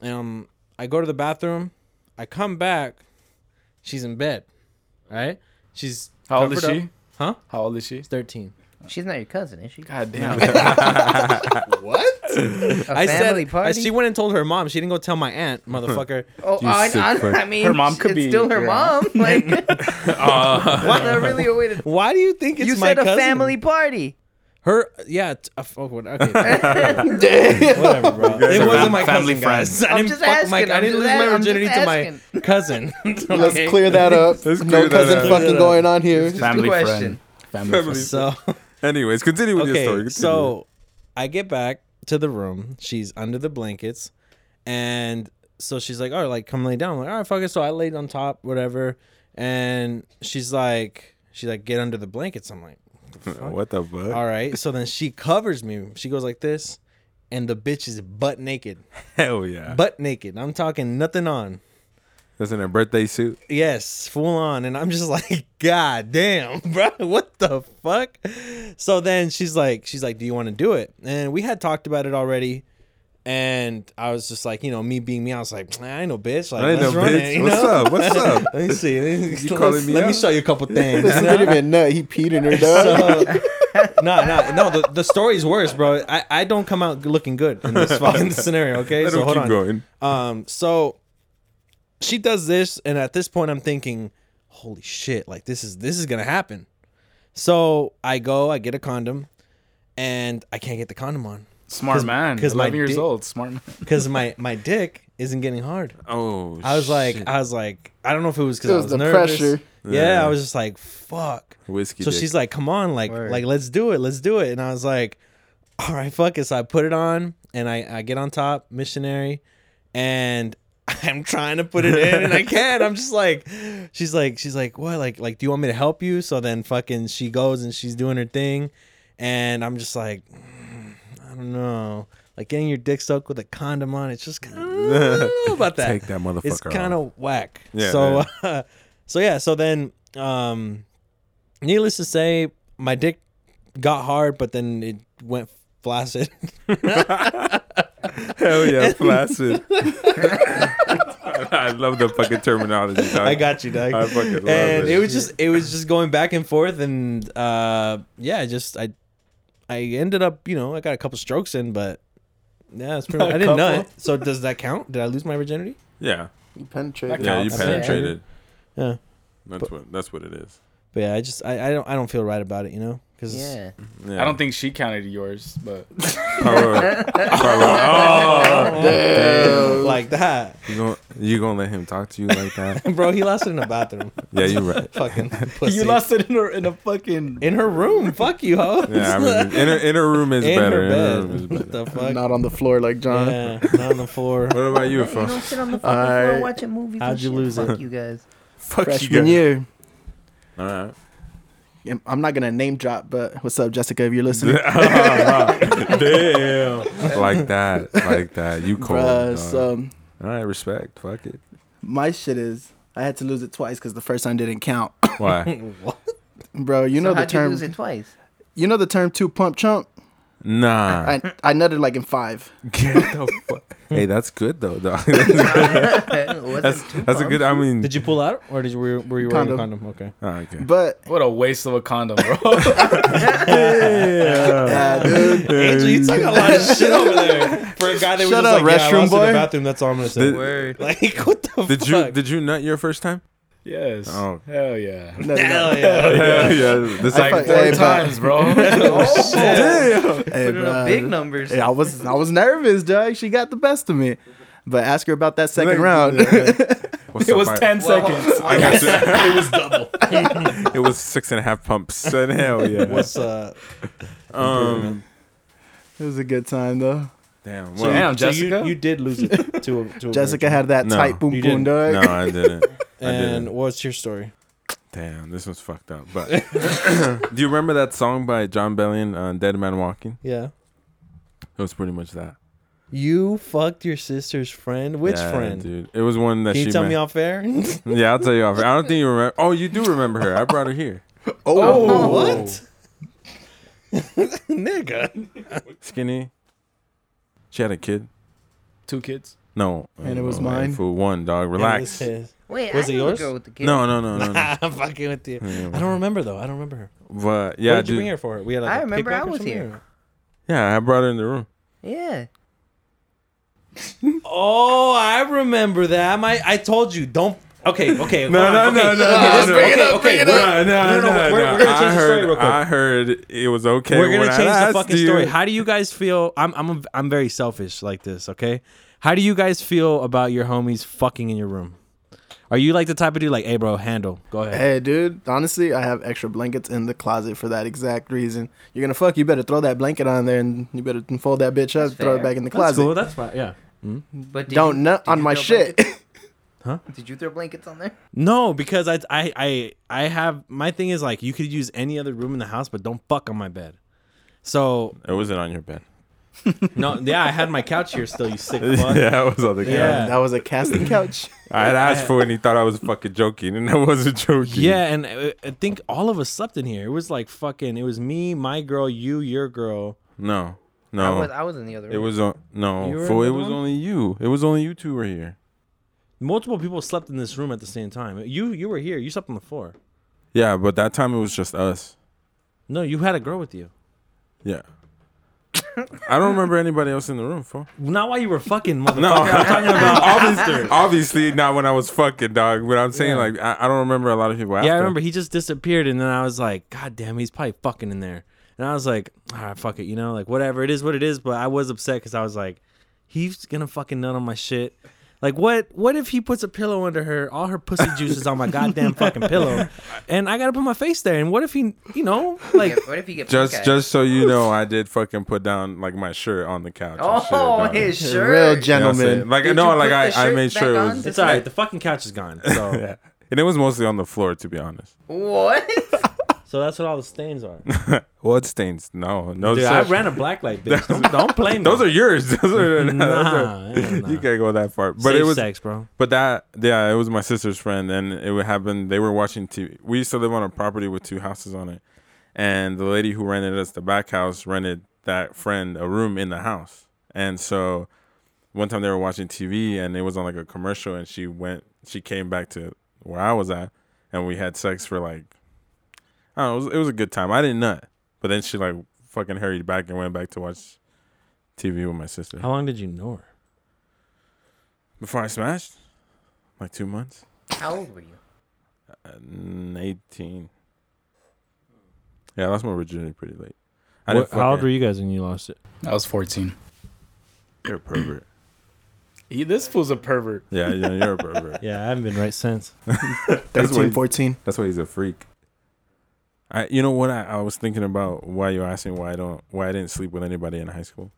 S1: And um, I go to the bathroom. I come back. She's in bed. Right? She's
S4: How old is
S1: covered up-
S4: she?
S1: Huh?
S4: How old is she?
S1: Thirteen.
S5: *laughs* She's not your cousin, is she?
S4: God damn.
S5: A
S1: I
S5: family
S1: said
S5: party.
S1: I, she went and told her mom. She didn't go tell my aunt, motherfucker.
S5: oh,
S2: You
S5: I,
S2: sick
S5: I,
S2: fuck.
S5: I mean,
S4: Her mom could
S5: it's
S4: be
S5: still her
S1: *laughs*
S4: your
S5: mom. Like, *laughs* that's not really a way to.
S1: Why do you think *laughs* it's
S5: you
S1: my
S5: said a
S1: cousin?
S5: family party.
S1: Her yeah. T- uh, oh, what-
S5: *laughs*
S1: okay. Whatever, bro. It wasn't my
S4: family
S1: cousin, guys. I
S5: I'm
S1: didn't
S5: just
S1: fuck
S5: asking,
S1: my. I
S5: I'm
S1: didn't
S5: just
S1: lose
S5: a-
S1: my
S5: I'm just
S1: virginity to my
S5: *laughs*
S1: cousin. *laughs*
S3: Let's clear that
S2: *laughs*
S3: up.
S2: Let's clear
S3: no
S2: that
S3: cousin
S2: up.
S3: fucking going on here.
S4: Family friend.
S5: question.
S4: Family friend.
S1: so
S2: Anyways, continue with your
S1: okay.
S2: story. continue.
S1: So I get back to the room. She's under the blankets, and so she's like, "All right, like come lay down." I'm like, all right, fuck it. So I laid on top, whatever. And she's like, she's like, get under the blankets. I'm like,
S2: *laughs* what the fuck?
S1: all right. So then she covers me. She goes like this, and the bitch is butt naked,
S2: Hell yeah.
S1: butt naked. I'm talking nothing on.
S2: That's in her birthday suit.
S1: Yes, full on. And I'm just *laughs* like, God damn, *laughs* bro, what the fuck? So then she's like, she's like, Do you want to do it? And we had talked about it already. And I was just like, you know, me being me, I was like, I ain't no bitch. Like,
S2: I ain't no
S1: let's run
S2: bitch.
S1: it, you
S2: What's
S1: know?
S2: up? What's up?
S1: *laughs* Let me see. Let me,
S2: You calling
S1: *laughs*
S2: me
S1: let me
S2: out?
S1: show you a *laughs* couple things.
S3: *laughs* This didn't even nut. He
S2: *laughs*
S3: peed in her dog.
S1: So- *laughs* no, no, no. The, the story's worse, bro. I, I don't come out looking good in
S2: *laughs*
S1: this fucking scenario. Okay,
S2: Let
S1: so
S2: him
S1: hold
S2: keep
S1: on.
S2: going.
S1: Um, so she does this, and at this point, I'm thinking, "Holy shit! Like this is this is gonna happen." So I go, I get a condom, and I can't get the condom on
S4: Smart
S1: 'Cause-
S4: man.
S1: 'cause my
S4: 11 years
S1: dick-
S4: old. Smart man.
S1: because
S2: *laughs*
S1: my my dick isn't getting hard.
S2: Oh,
S1: I was like,
S2: shit.
S1: I was like, I don't know if it was because
S3: It
S1: I
S3: was
S1: was
S3: the
S1: nervous.
S3: pressure.
S1: Yeah,
S2: Yeah.
S1: I was just like, fuck.
S2: whiskey.
S1: So
S2: dick.
S1: she's like, "Come on, like,
S5: Word.
S1: like, let's do it, let's do it." And I was like, "All right, fuck it." So I put it on, and I, I get on top, missionary, and *laughs* I'm trying to put it in,
S2: *laughs*
S1: and I can't. I'm just like, she's like, she's like, "What? Like, like, do you want me to help you?" So then, fucking, she goes and she's doing her thing, and I'm just like, "Mm, I don't know, like getting your dick stuck with a condom on. It's just kind of I
S2: *laughs*
S1: don't know about that.
S2: Take that motherfucker.
S1: it's kind
S2: off.
S1: of whack.
S2: Yeah,
S1: so, Uh, *laughs* so yeah. So then, um, needless to say, my dick got hard, but then it went flaccid.
S2: *laughs*
S1: *laughs*
S2: hell
S1: *laughs*
S2: yeah, flaccid. *laughs* I love the fucking terminology. Dog.
S1: I got you,
S2: I
S1: Doug.
S2: fucking love
S1: And
S2: it.
S1: it was just it was just going back and forth, and uh, yeah, just I I ended up you know I got a couple strokes in, but yeah, it's
S2: *laughs*
S1: pretty.
S4: A
S1: Much, I didn't know
S4: couple?
S1: So does that count? Did I lose my virginity?
S2: yeah,
S3: You penetrated.
S2: yeah. You
S4: counts.
S2: penetrated.
S1: Yeah.
S2: That's what. That's what it is.
S1: But yeah, I just I, I don't I don't feel right about it, you know, because *laughs*
S5: Yeah.
S2: Yeah.
S4: I don't think she counted yours, but
S2: *laughs*
S4: *laughs*
S2: Power- power- oh,
S1: like that, *laughs*
S2: you gonna you gonna let him talk to you like that?
S1: bro. He lost it in the bathroom.
S2: Yeah,
S1: *laughs*
S2: you're right.
S1: Fucking pussy.
S4: you lost it in a, in a fucking.
S1: in her *laughs* room. Fuck you, ho.
S2: Yeah, I mean, inner inner room is
S1: in
S2: better.
S1: her
S2: Inner
S1: bed.
S2: room is better.
S1: What the fuck?
S3: Not on the floor like John.
S1: yeah, not on the floor. *laughs*
S2: What about you,
S5: You
S2: Fo?
S5: don't sit on the fucking
S3: Alright.
S5: floor watching movies.
S1: How'd
S5: and
S1: you
S5: shit.
S1: lose
S5: Fuck you guys.
S2: Fuck
S3: Freshman year.
S2: All right. *laughs*
S3: I'm not gonna name drop, but what's up, Jessica? If
S2: *laughs*
S3: you're listening,
S2: Damn. Like that. Like that. You cold.
S3: Bruh,
S2: dog.
S3: so
S2: All right, respect. Fuck it.
S3: um, my shit is I had to lose it twice because the first time didn't count, *clears throat*
S2: Why?
S3: bro. You
S5: So
S3: know the
S5: how'd you
S3: term.
S5: lose it twice?
S3: You know the term two pump chump.
S2: Nah.
S3: I I nutted like in five.
S2: *laughs* Get the fuck. Hey, that's good though, dog. *laughs*
S5: *laughs* that's,
S2: That's a good. I mean,
S1: Did you pull out, or did you were, were you wearing a
S3: Condom.
S1: condom? Okay.
S2: Oh, okay.
S3: But
S4: What a waste of a condom, bro.
S3: yeah, dude.
S1: Angel, you *laughs* took a lot of shit over there for a guy that was
S3: Shut
S1: just
S3: up,
S1: like, yeah, I lost
S3: restroom
S1: in
S3: boy."
S1: the bathroom. That's all I'm gonna say.
S2: Did- Word.
S1: *laughs* Like what the
S2: Did
S1: fuck?
S2: you did you nut your first time?
S4: yes.
S2: Oh.
S4: Hell yeah.
S3: Nutted
S5: *laughs*
S1: Hell
S3: like-
S1: yeah.
S2: Yeah, yeah. This
S4: Like
S3: fuck-
S4: four
S3: hey, bro.
S4: times,
S2: *laughs*
S4: bro.
S3: Oh, Hey, bruh.
S5: Big numbers.
S3: uh, Yeah, I was I was nervous, dog. She got the best of me. But ask her about that second round. *laughs*
S2: What's
S4: *laughs* it
S2: up,
S4: was
S2: I-
S4: ten seconds. *laughs*
S2: I got it was double. *laughs* it was six and a half pumps. *laughs* So hell *laughs* yeah.
S1: What's uh?
S2: um?
S3: it was a good time though.
S2: Damn. Well,
S4: Damn,
S1: so you-
S4: Jessica.
S1: you, did lose it
S2: *laughs*
S1: to a, to a
S3: Jessica
S1: virgin.
S3: had that
S2: No.
S3: tight boom
S1: You
S3: boom,
S1: didn't.
S3: dog.
S2: No, I didn't. I didn't.
S1: And what's your story?
S2: Damn, this one's fucked up. But *coughs* do you remember that song by John Bellion, uh, "Dead Man Walking"?
S1: Yeah.
S2: It was pretty much that.
S1: You fucked your sister's friend. Which
S2: Yeah,
S1: friend?
S2: dude? It was one that
S1: Can
S2: she
S1: you tell
S2: met.
S1: me off air?
S2: *laughs*
S1: *laughs*
S2: Yeah, I'll tell you off. I don't think you remember. Oh, you do remember her. I brought her
S1: *laughs*
S2: here.
S4: Oh,
S1: What? *laughs* Nigga.
S2: Skinny. She had a kid.
S4: Two kids.
S2: No,
S3: And it was
S2: no, man,
S3: mine?
S2: Fool one dog. Relax.
S1: It was his.
S5: Wait,
S1: Was it
S5: I knew the
S1: yours?
S5: girl with the kid.
S2: No, no, no, no, no.
S1: *laughs* I'm fucking with you.
S2: Yeah,
S1: I don't remember though. I don't remember her.
S2: But
S1: Mm. Yeah,
S2: yeah,
S1: what did you
S2: dude.
S1: bring her for? We had like
S5: I
S1: a
S5: remember
S1: picnic
S5: I
S1: or
S5: was
S1: something,
S5: here.
S2: Yeah, I brought her in the room.
S5: Yeah.
S1: or- Oh, I remember that. My, I told you. Don't. Okay. *laughs* *laughs* Okay.
S2: No,
S1: hold
S2: no,
S1: on,
S2: no,
S1: okay,
S2: no,
S1: okay,
S2: no,
S1: this-
S2: no.
S1: okay,
S2: Bring it
S1: okay,
S2: No,
S1: we're-
S2: no, no,
S1: no, no, we're-
S2: no.
S1: we're gonna
S2: I
S1: change the story
S2: heard.
S1: real quick.
S2: I heard it was okay.
S1: We're
S2: when I
S1: gonna change the
S2: asked
S1: fucking
S2: you.
S1: story. How do you guys feel? I'm I'm a, I'm very selfish like this. Okay, how do you guys feel about your homies fucking in your room? Are you like the type of dude like, hey bro, handle, go ahead.
S3: Hey, dude. Honestly, I have extra blankets in the closet for that exact reason. You're gonna fuck. You better throw that blanket on there, and you better fold that bitch up,
S5: That's
S3: throw it
S5: fair.
S3: back in the
S1: That's
S3: closet.
S1: cool. That's fine. Yeah.
S5: But did
S3: Don't
S5: you-
S3: nut
S5: did
S3: on
S5: you
S3: my
S5: throw
S3: shit. *laughs*
S5: blankets- *laughs* Did you throw blankets on there?
S1: No, because I I I I have my thing is like you could use any other room in the house, but don't fuck on my bed. So
S2: It wasn't on your bed.
S1: no, yeah, I had my couch here still. You sick fuck.
S2: yeah, it was on the couch.
S1: Yeah.
S3: that was
S2: *laughs*
S3: a casting couch.
S2: I had asked for it and he thought I was fucking joking and I wasn't joking.
S1: Yeah, and I, I think all of us slept in here. It was like fucking. It was me, my girl, you, your girl.
S2: No.
S5: I
S2: No.
S5: was I was in the other room.
S2: it was on
S1: You
S2: no.
S1: were
S2: Fool, it
S1: in the
S2: was
S1: one?
S2: only you. It was only you two were here.
S1: Multiple people slept in this room at the same time. You you were here. You slept on the floor.
S2: Yeah, but that time it was just us.
S1: No, you had a girl with you.
S2: Yeah. I don't remember anybody else in the room, fool.
S1: Not while you were fucking motherfucker.
S2: No,
S1: I'm talking about
S2: *laughs* obviously, obviously not when I was fucking dog. But I'm saying
S1: Yeah.
S2: like I, I don't remember a lot of people. After.
S1: Yeah, I remember he just disappeared, and then I was like, God damn, he's probably fucking in there. And I was like, all right, fuck it, you know, like whatever it is, what it is. But I was upset because I was like, he's gonna fucking nut on my shit. Like what? What if he puts a pillow under her? All her pussy
S2: *laughs*
S1: juice is on my goddamn fucking pillow, and I gotta put my face there. And what if he, you know, like
S5: Like, what if you get
S2: Just
S5: pink eye?
S2: just so you know, I did fucking put down like my shirt on the couch. and shit, uh,
S5: oh
S2: dog.
S5: his
S3: A real
S5: shirt.
S2: You know what I'm saying?
S3: gentleman.
S2: like
S5: Did
S2: no,
S5: you
S2: like
S5: put
S2: I,
S5: the
S2: I
S5: shirt
S2: made sure it
S5: back
S2: was,
S5: on?
S1: it's all right. The fucking couch is gone,
S2: *laughs*
S1: so
S2: and it was mostly on the floor to be honest.
S5: what? *laughs*
S1: so that's what all the stains
S2: *laughs*
S1: are.
S2: What stains? No, no.
S1: Dude, I
S2: such-
S1: ran a black light, bitch.
S2: *laughs*
S1: Don't, don't blame me.
S2: Those are yours. *laughs* Those are, those
S1: Nah,
S2: are-
S1: yeah, nah.
S2: You can't go that far. But
S1: Safe
S2: it was
S1: sex, bro.
S2: But that, yeah, it was my sister's friend, and it would happen. They were watching TV. We used to live on a property with two houses on it, and the lady who rented us the back house rented that friend a room in the house. And so, one time they were watching TV, and it was on like a commercial, and she went, she came back to where I was at, and we had sex for like, I don't know, it was, it was a good time. I didn't nut, but then she like fucking hurried back and went back to watch TV with my sister.
S1: How long did you know her?
S2: Before I smashed, like two months.
S5: How old were you?
S2: Mm, 18. Yeah, I lost my virginity pretty late. I
S6: What,
S2: didn't
S6: how old
S2: fucking-
S6: were you guys when you lost it?
S4: I was 14.
S2: You're a pervert.
S4: He, this fool's a pervert.
S2: Yeah, yeah, you're a pervert.
S1: Yeah, I haven't been right since.
S2: That's what
S3: 13,
S2: he-
S3: 14.
S2: *laughs* That's why he's a freak. I, you know what? I, I was thinking about why you asked me why I don't, why I didn't sleep with anybody in high school.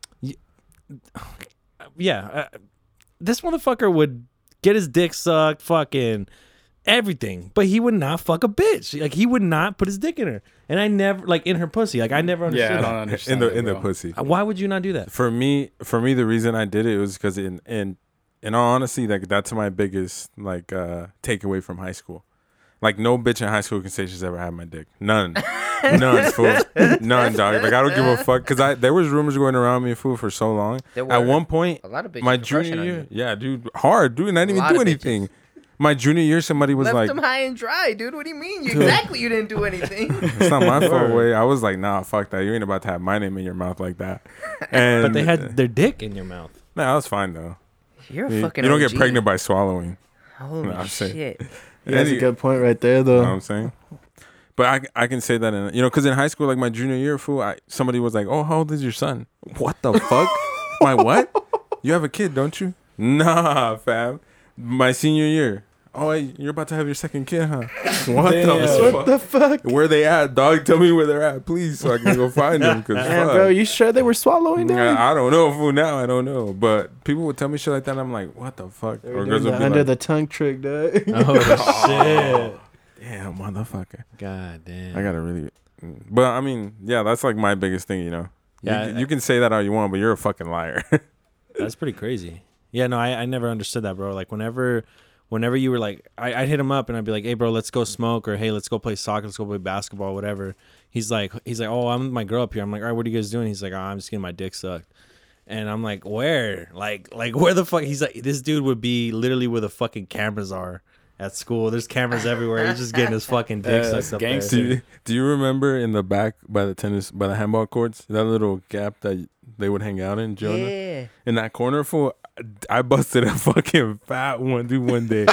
S1: yeah, uh, this motherfucker would get his dick sucked, fucking everything, but he would not fuck a bitch. Like he would not put his dick in her, and I never like in her pussy. Like I never
S4: Yeah,
S1: understood.
S4: I don't
S2: in
S4: understand.
S2: the
S4: that,
S2: in the
S4: bro.
S2: pussy.
S1: that. Why would you not do that?
S2: For me, for me, the reason I did it was because in in in all honesty, like that's my biggest like uh takeaway from high school. Like no bitch in high school can say she's ever had my dick. None, none, fool, none, dog. Like I don't give a fuck because I there was rumors going around me, fool, for so long.
S5: There were
S2: At one point,
S5: a lot of bitches
S2: my
S5: crushing
S2: junior
S5: on
S2: year,
S5: you.
S2: yeah, dude, hard, dude, and I didn't
S5: A
S2: even do
S5: lot of
S2: anything. My junior year, somebody was
S5: Left
S2: like,
S5: him high and dry, dude. What do you mean? You, exactly, you didn't
S2: *laughs*
S5: do anything.
S2: "It's not my fault." Way I was like, "Nah, fuck that. You ain't about to have my name in your mouth like
S5: *laughs*
S2: that." And
S1: But they had their dick in your mouth.
S2: nah, I was fine though.
S5: You're a
S2: You,
S5: fucking.
S2: you don't get
S5: OG.
S2: pregnant by swallowing.
S5: Holy
S2: No, I'm saying-
S5: shit!
S3: Yeah, that's a
S2: Any- Um,
S3: good point right there,
S2: You know what
S3: though.
S2: I'm saying? But I, I can say that in you know because in high school like my junior year fool I, somebody was like oh how old is your son what the fuck *laughs* my what you have a kid don't you nah fam my senior year oh hey, you're about to have your second kid huh *laughs* what the fuck
S3: What the fuck?
S2: where they at dog tell me where they're at please so I can go find them because
S3: *laughs* Man, bro, you sure they were swallowing that?
S2: I, I don't know fool now I don't know but people would tell me shit like that and I'm like what the fuck
S3: They were doing the under the tongue trick, *laughs* dog.
S1: *laughs*
S2: *laughs*
S1: Oh
S2: the damn motherfucker
S1: shit! God damn.
S2: I gotta really. But I mean, yeah, that's like my biggest thing, you know.
S1: Yeah,
S2: you,
S1: I-
S2: you can say that all you want, but you're a fucking liar. *laughs*
S1: That's pretty crazy. Yeah, no, I, I never understood that, bro. Like whenever whenever you were like I, I'd hit him up and I'd be like, Hey bro, let's go smoke or hey, let's go play soccer, let's go play basketball, whatever. He's like he's like, Oh, I'm with my girl up here. I'm like, All right, what are you guys doing? He's like, oh, I'm just getting my dick sucked. And I'm like, Where? Like like where the fuck he's like this dude would be literally where the fucking cameras are at school. There's cameras everywhere. He's just getting his fucking dick
S4: Yeah,
S1: sucked up. there.
S2: *laughs*
S4: gangster.
S2: do, you, do you remember in the back by the tennis by the handball courts that little gap that they would hang out in, Jonah?
S5: Yeah.
S2: In that corner, fool, I busted a *laughs* fucking fat one dude one
S1: *laughs*
S2: day.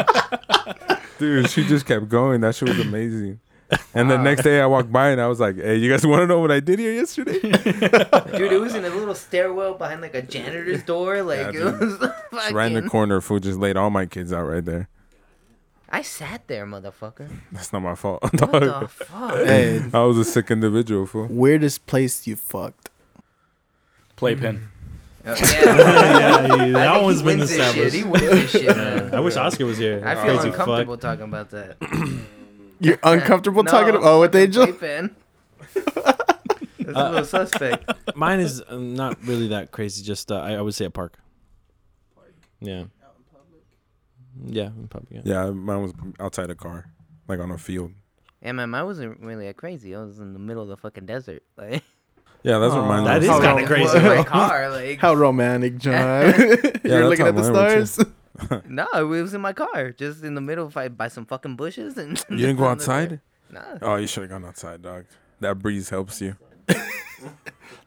S2: *laughs* dude, she just kept going. That shit was amazing. And the next day, I walked by and I was like, "Hey, you guys *laughs* want to know what I did here yesterday?"
S5: Dude, it was in a little stairwell behind like
S2: *laughs*
S5: a janitor's door. Like
S2: Yeah,
S5: it was *laughs*
S2: Just
S5: fucking.
S2: right in the corner, fool, just laid all my kids out right there.
S5: I sat there,
S2: *laughs*
S5: motherfucker.
S2: That's not my fault.
S5: What
S2: dog.
S5: the fuck?
S3: hey,
S2: I was a sick individual, fool.
S3: weirdest place you fucked.
S4: Playpen.
S2: *laughs*
S5: Oh, Yeah, I
S1: yeah, yeah, that
S5: think
S1: one's
S5: he
S1: been
S5: wins this shit.
S1: established.
S5: He wins this shit,
S2: *laughs*
S5: man.
S1: I wish Oscar was here.
S5: I feel
S1: Crazy
S5: uncomfortable talking about that.
S3: *laughs* You're uncomfortable talking
S5: No,
S3: about what they just.
S5: Playpen. That's
S2: *laughs*
S5: a little suspect.
S1: fuck. Mine is
S6: uh,
S1: um, not really that crazy, just uh, I, I would say a park. Yeah. Yeah, in public. Yeah.
S2: Yeah, mine was outside a car, like on a field.
S5: Yeah, man, I wasn't really that crazy. I was in the middle of the fucking desert. Like,
S2: Yeah, that's what mine
S1: that
S2: was.
S1: is
S3: How
S1: kinda
S3: rom-
S1: crazy.
S5: was *laughs* my
S6: *laughs*
S5: car.
S3: *laughs*
S5: Like,
S3: How romantic, John. *laughs* You're
S2: that's
S3: looking
S2: how
S3: at the
S2: mine were, too.
S3: stars. *laughs*
S5: no, it was in my car, just in the middle of like, by some fucking bushes. And *laughs*
S2: You didn't go outside?
S5: Nah.
S2: Oh, you should have gone outside, dog. That breeze helps you.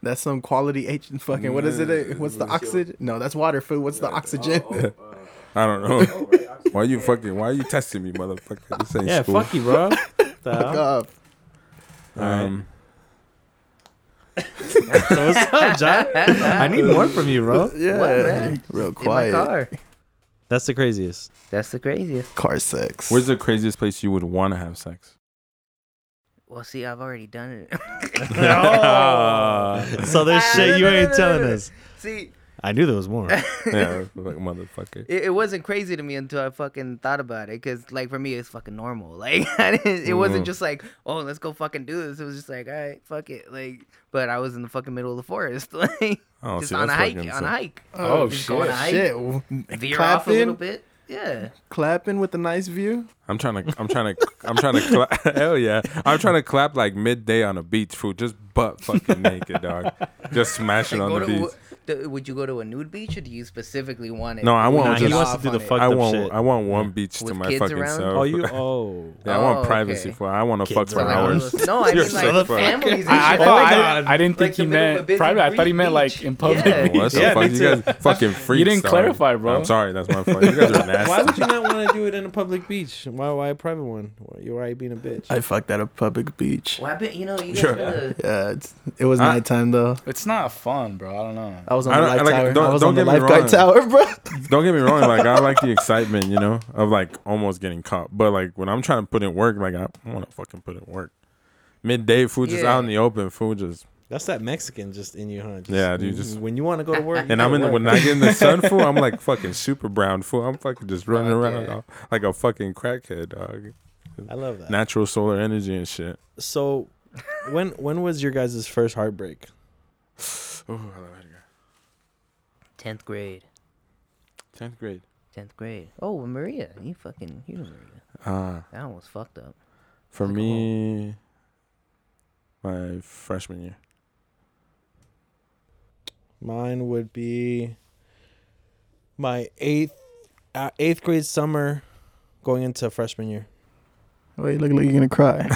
S3: That's some quality H fucking. What is it? What's the oxygen? No, that's water. Food. What's the oxygen?
S2: I don't know. why you fucking? Why are you testing me, motherfucker? This ain't
S6: Yeah,
S2: school.
S6: fuck you,
S1: *laughs*
S6: bro.
S1: Oh,
S6: The hell?
S3: Uh,
S2: Um,
S6: So *laughs* what's up, John? I need more from you,
S1: *laughs*
S6: bro.
S3: yeah,
S5: man?
S3: real
S5: In my
S3: quiet. car.
S5: car.
S6: That's
S1: *laughs*
S6: the craziest.
S5: That's the craziest.
S3: sex.
S2: where's the craziest place you would want to have sex?
S5: Well, see, I've already done it.
S6: *laughs*
S1: Oh.
S6: so there's
S5: Ah, no,
S6: shit you
S5: no, no,
S6: ain't
S5: no, *laughs*
S6: telling
S5: no, no.
S6: us.
S5: see,
S6: I knew there was more.
S2: *laughs* Yeah, like motherfucker.
S5: *laughs* it, it wasn't crazy to me until I fucking thought about it. Cause like for me, it's fucking normal. *laughs* Like I didn't, it wasn't
S2: Mhm.
S5: just like, oh, let's go fucking do this. It was just like, all right, fuck it. Like, but I was in the fucking middle of the forest, *laughs* like
S2: Oh,
S5: just
S2: see,
S5: on a
S2: that's
S5: hike,
S2: fucking
S5: on
S2: sick.
S5: a hike.
S4: Oh,
S5: just
S4: shit.
S5: Go on a hike,
S3: Shit.
S5: veer off a
S3: Clapping,
S5: little bit. Yeah.
S3: clapping with a nice view.
S2: I'm trying to. I'm trying to. I'm trying to clap. *laughs* Hell yeah! I'm trying to clap like midday on a beach, food, just butt fucking naked,
S5: *laughs*
S2: dog. Just smashing
S5: Like,
S2: on
S5: go
S2: the
S5: to,
S2: beach.
S5: w- the- would you go to a nude beach, or do you specifically want it?
S2: No, I want
S6: Nah,
S2: Nah,
S6: he
S2: just-
S6: wants to do the fucked
S2: I
S6: up
S2: want.
S6: shit.
S2: I want one beach to
S5: With
S2: my
S5: kids
S2: fucking
S5: around?
S2: self.
S1: *laughs* Oh,
S6: *laughs*
S1: you. Oh.
S2: *laughs* Yeah, I want
S5: Oh,
S2: privacy
S5: okay.
S2: for. I want to fuck
S1: Kids
S2: for
S5: Like, I *laughs*
S2: hours.
S5: was- no, I
S2: You're
S5: mean like
S2: so fucked.
S5: families. and
S4: I, I
S5: shit.
S4: thought
S5: Like,
S4: I, I didn't think
S5: Like
S4: he
S5: the middle of a
S4: meant
S5: busy
S4: private. I thought he
S5: beach.
S4: meant like in public.
S5: Yeah.
S4: beach.
S2: What the
S1: Yeah, me
S2: fuck? You
S1: too.
S2: guys fucking freaks.
S4: didn't
S2: dog.
S4: clarify, bro.
S2: I'm sorry. That's my fault. You guys are
S1: Why
S2: nasty.
S1: would you not want to do it in a public beach? Why? Why a private one? Why- You're right being a bitch.
S3: I fucked at a public beach.
S5: Well, I bet you know you guys
S2: Sure.
S5: gotta-
S3: Yeah, it's, it was
S2: I-
S3: nighttime though.
S4: It's not fun, bro. I don't know.
S3: I was on
S2: I
S3: the
S2: don't-
S3: life
S2: like,
S3: tower.
S2: don't-
S3: I was
S2: don't
S3: on the
S2: get me
S3: lifeguard tower, bro.
S2: Don't get me wrong. Like I like the excitement, you know, of like almost getting caught. But like when I'm trying to put in work, like I want to fucking put in work. Midday food just
S5: Yeah.
S2: out in the open. Food just
S1: That's that Mexican just in you, huh? Just,
S2: Yeah, dude, just-
S1: when you want to go to work. you
S2: and I'm
S1: go
S2: in
S1: to
S2: the, when
S1: work.
S2: I get in the sun food, I'm like fucking super brown food. I'm fucking just running around
S5: yeah.
S2: dog, like a fucking crackhead dog.
S1: I love that.
S2: Natural solar energy and shit.
S1: so, when when was your guys' first heartbreak?
S5: *laughs* Tenth grade.
S2: Tenth grade.
S5: Tenth grade. Oh, well, Maria. You fucking. You know Maria.
S2: Ah,
S5: That one was fucked up.
S2: for
S5: Like,
S2: me, my freshman year.
S1: Mine would be my eighth uh, eighth grade summer, going into freshman year.
S3: Wait, you look like you're gonna cry.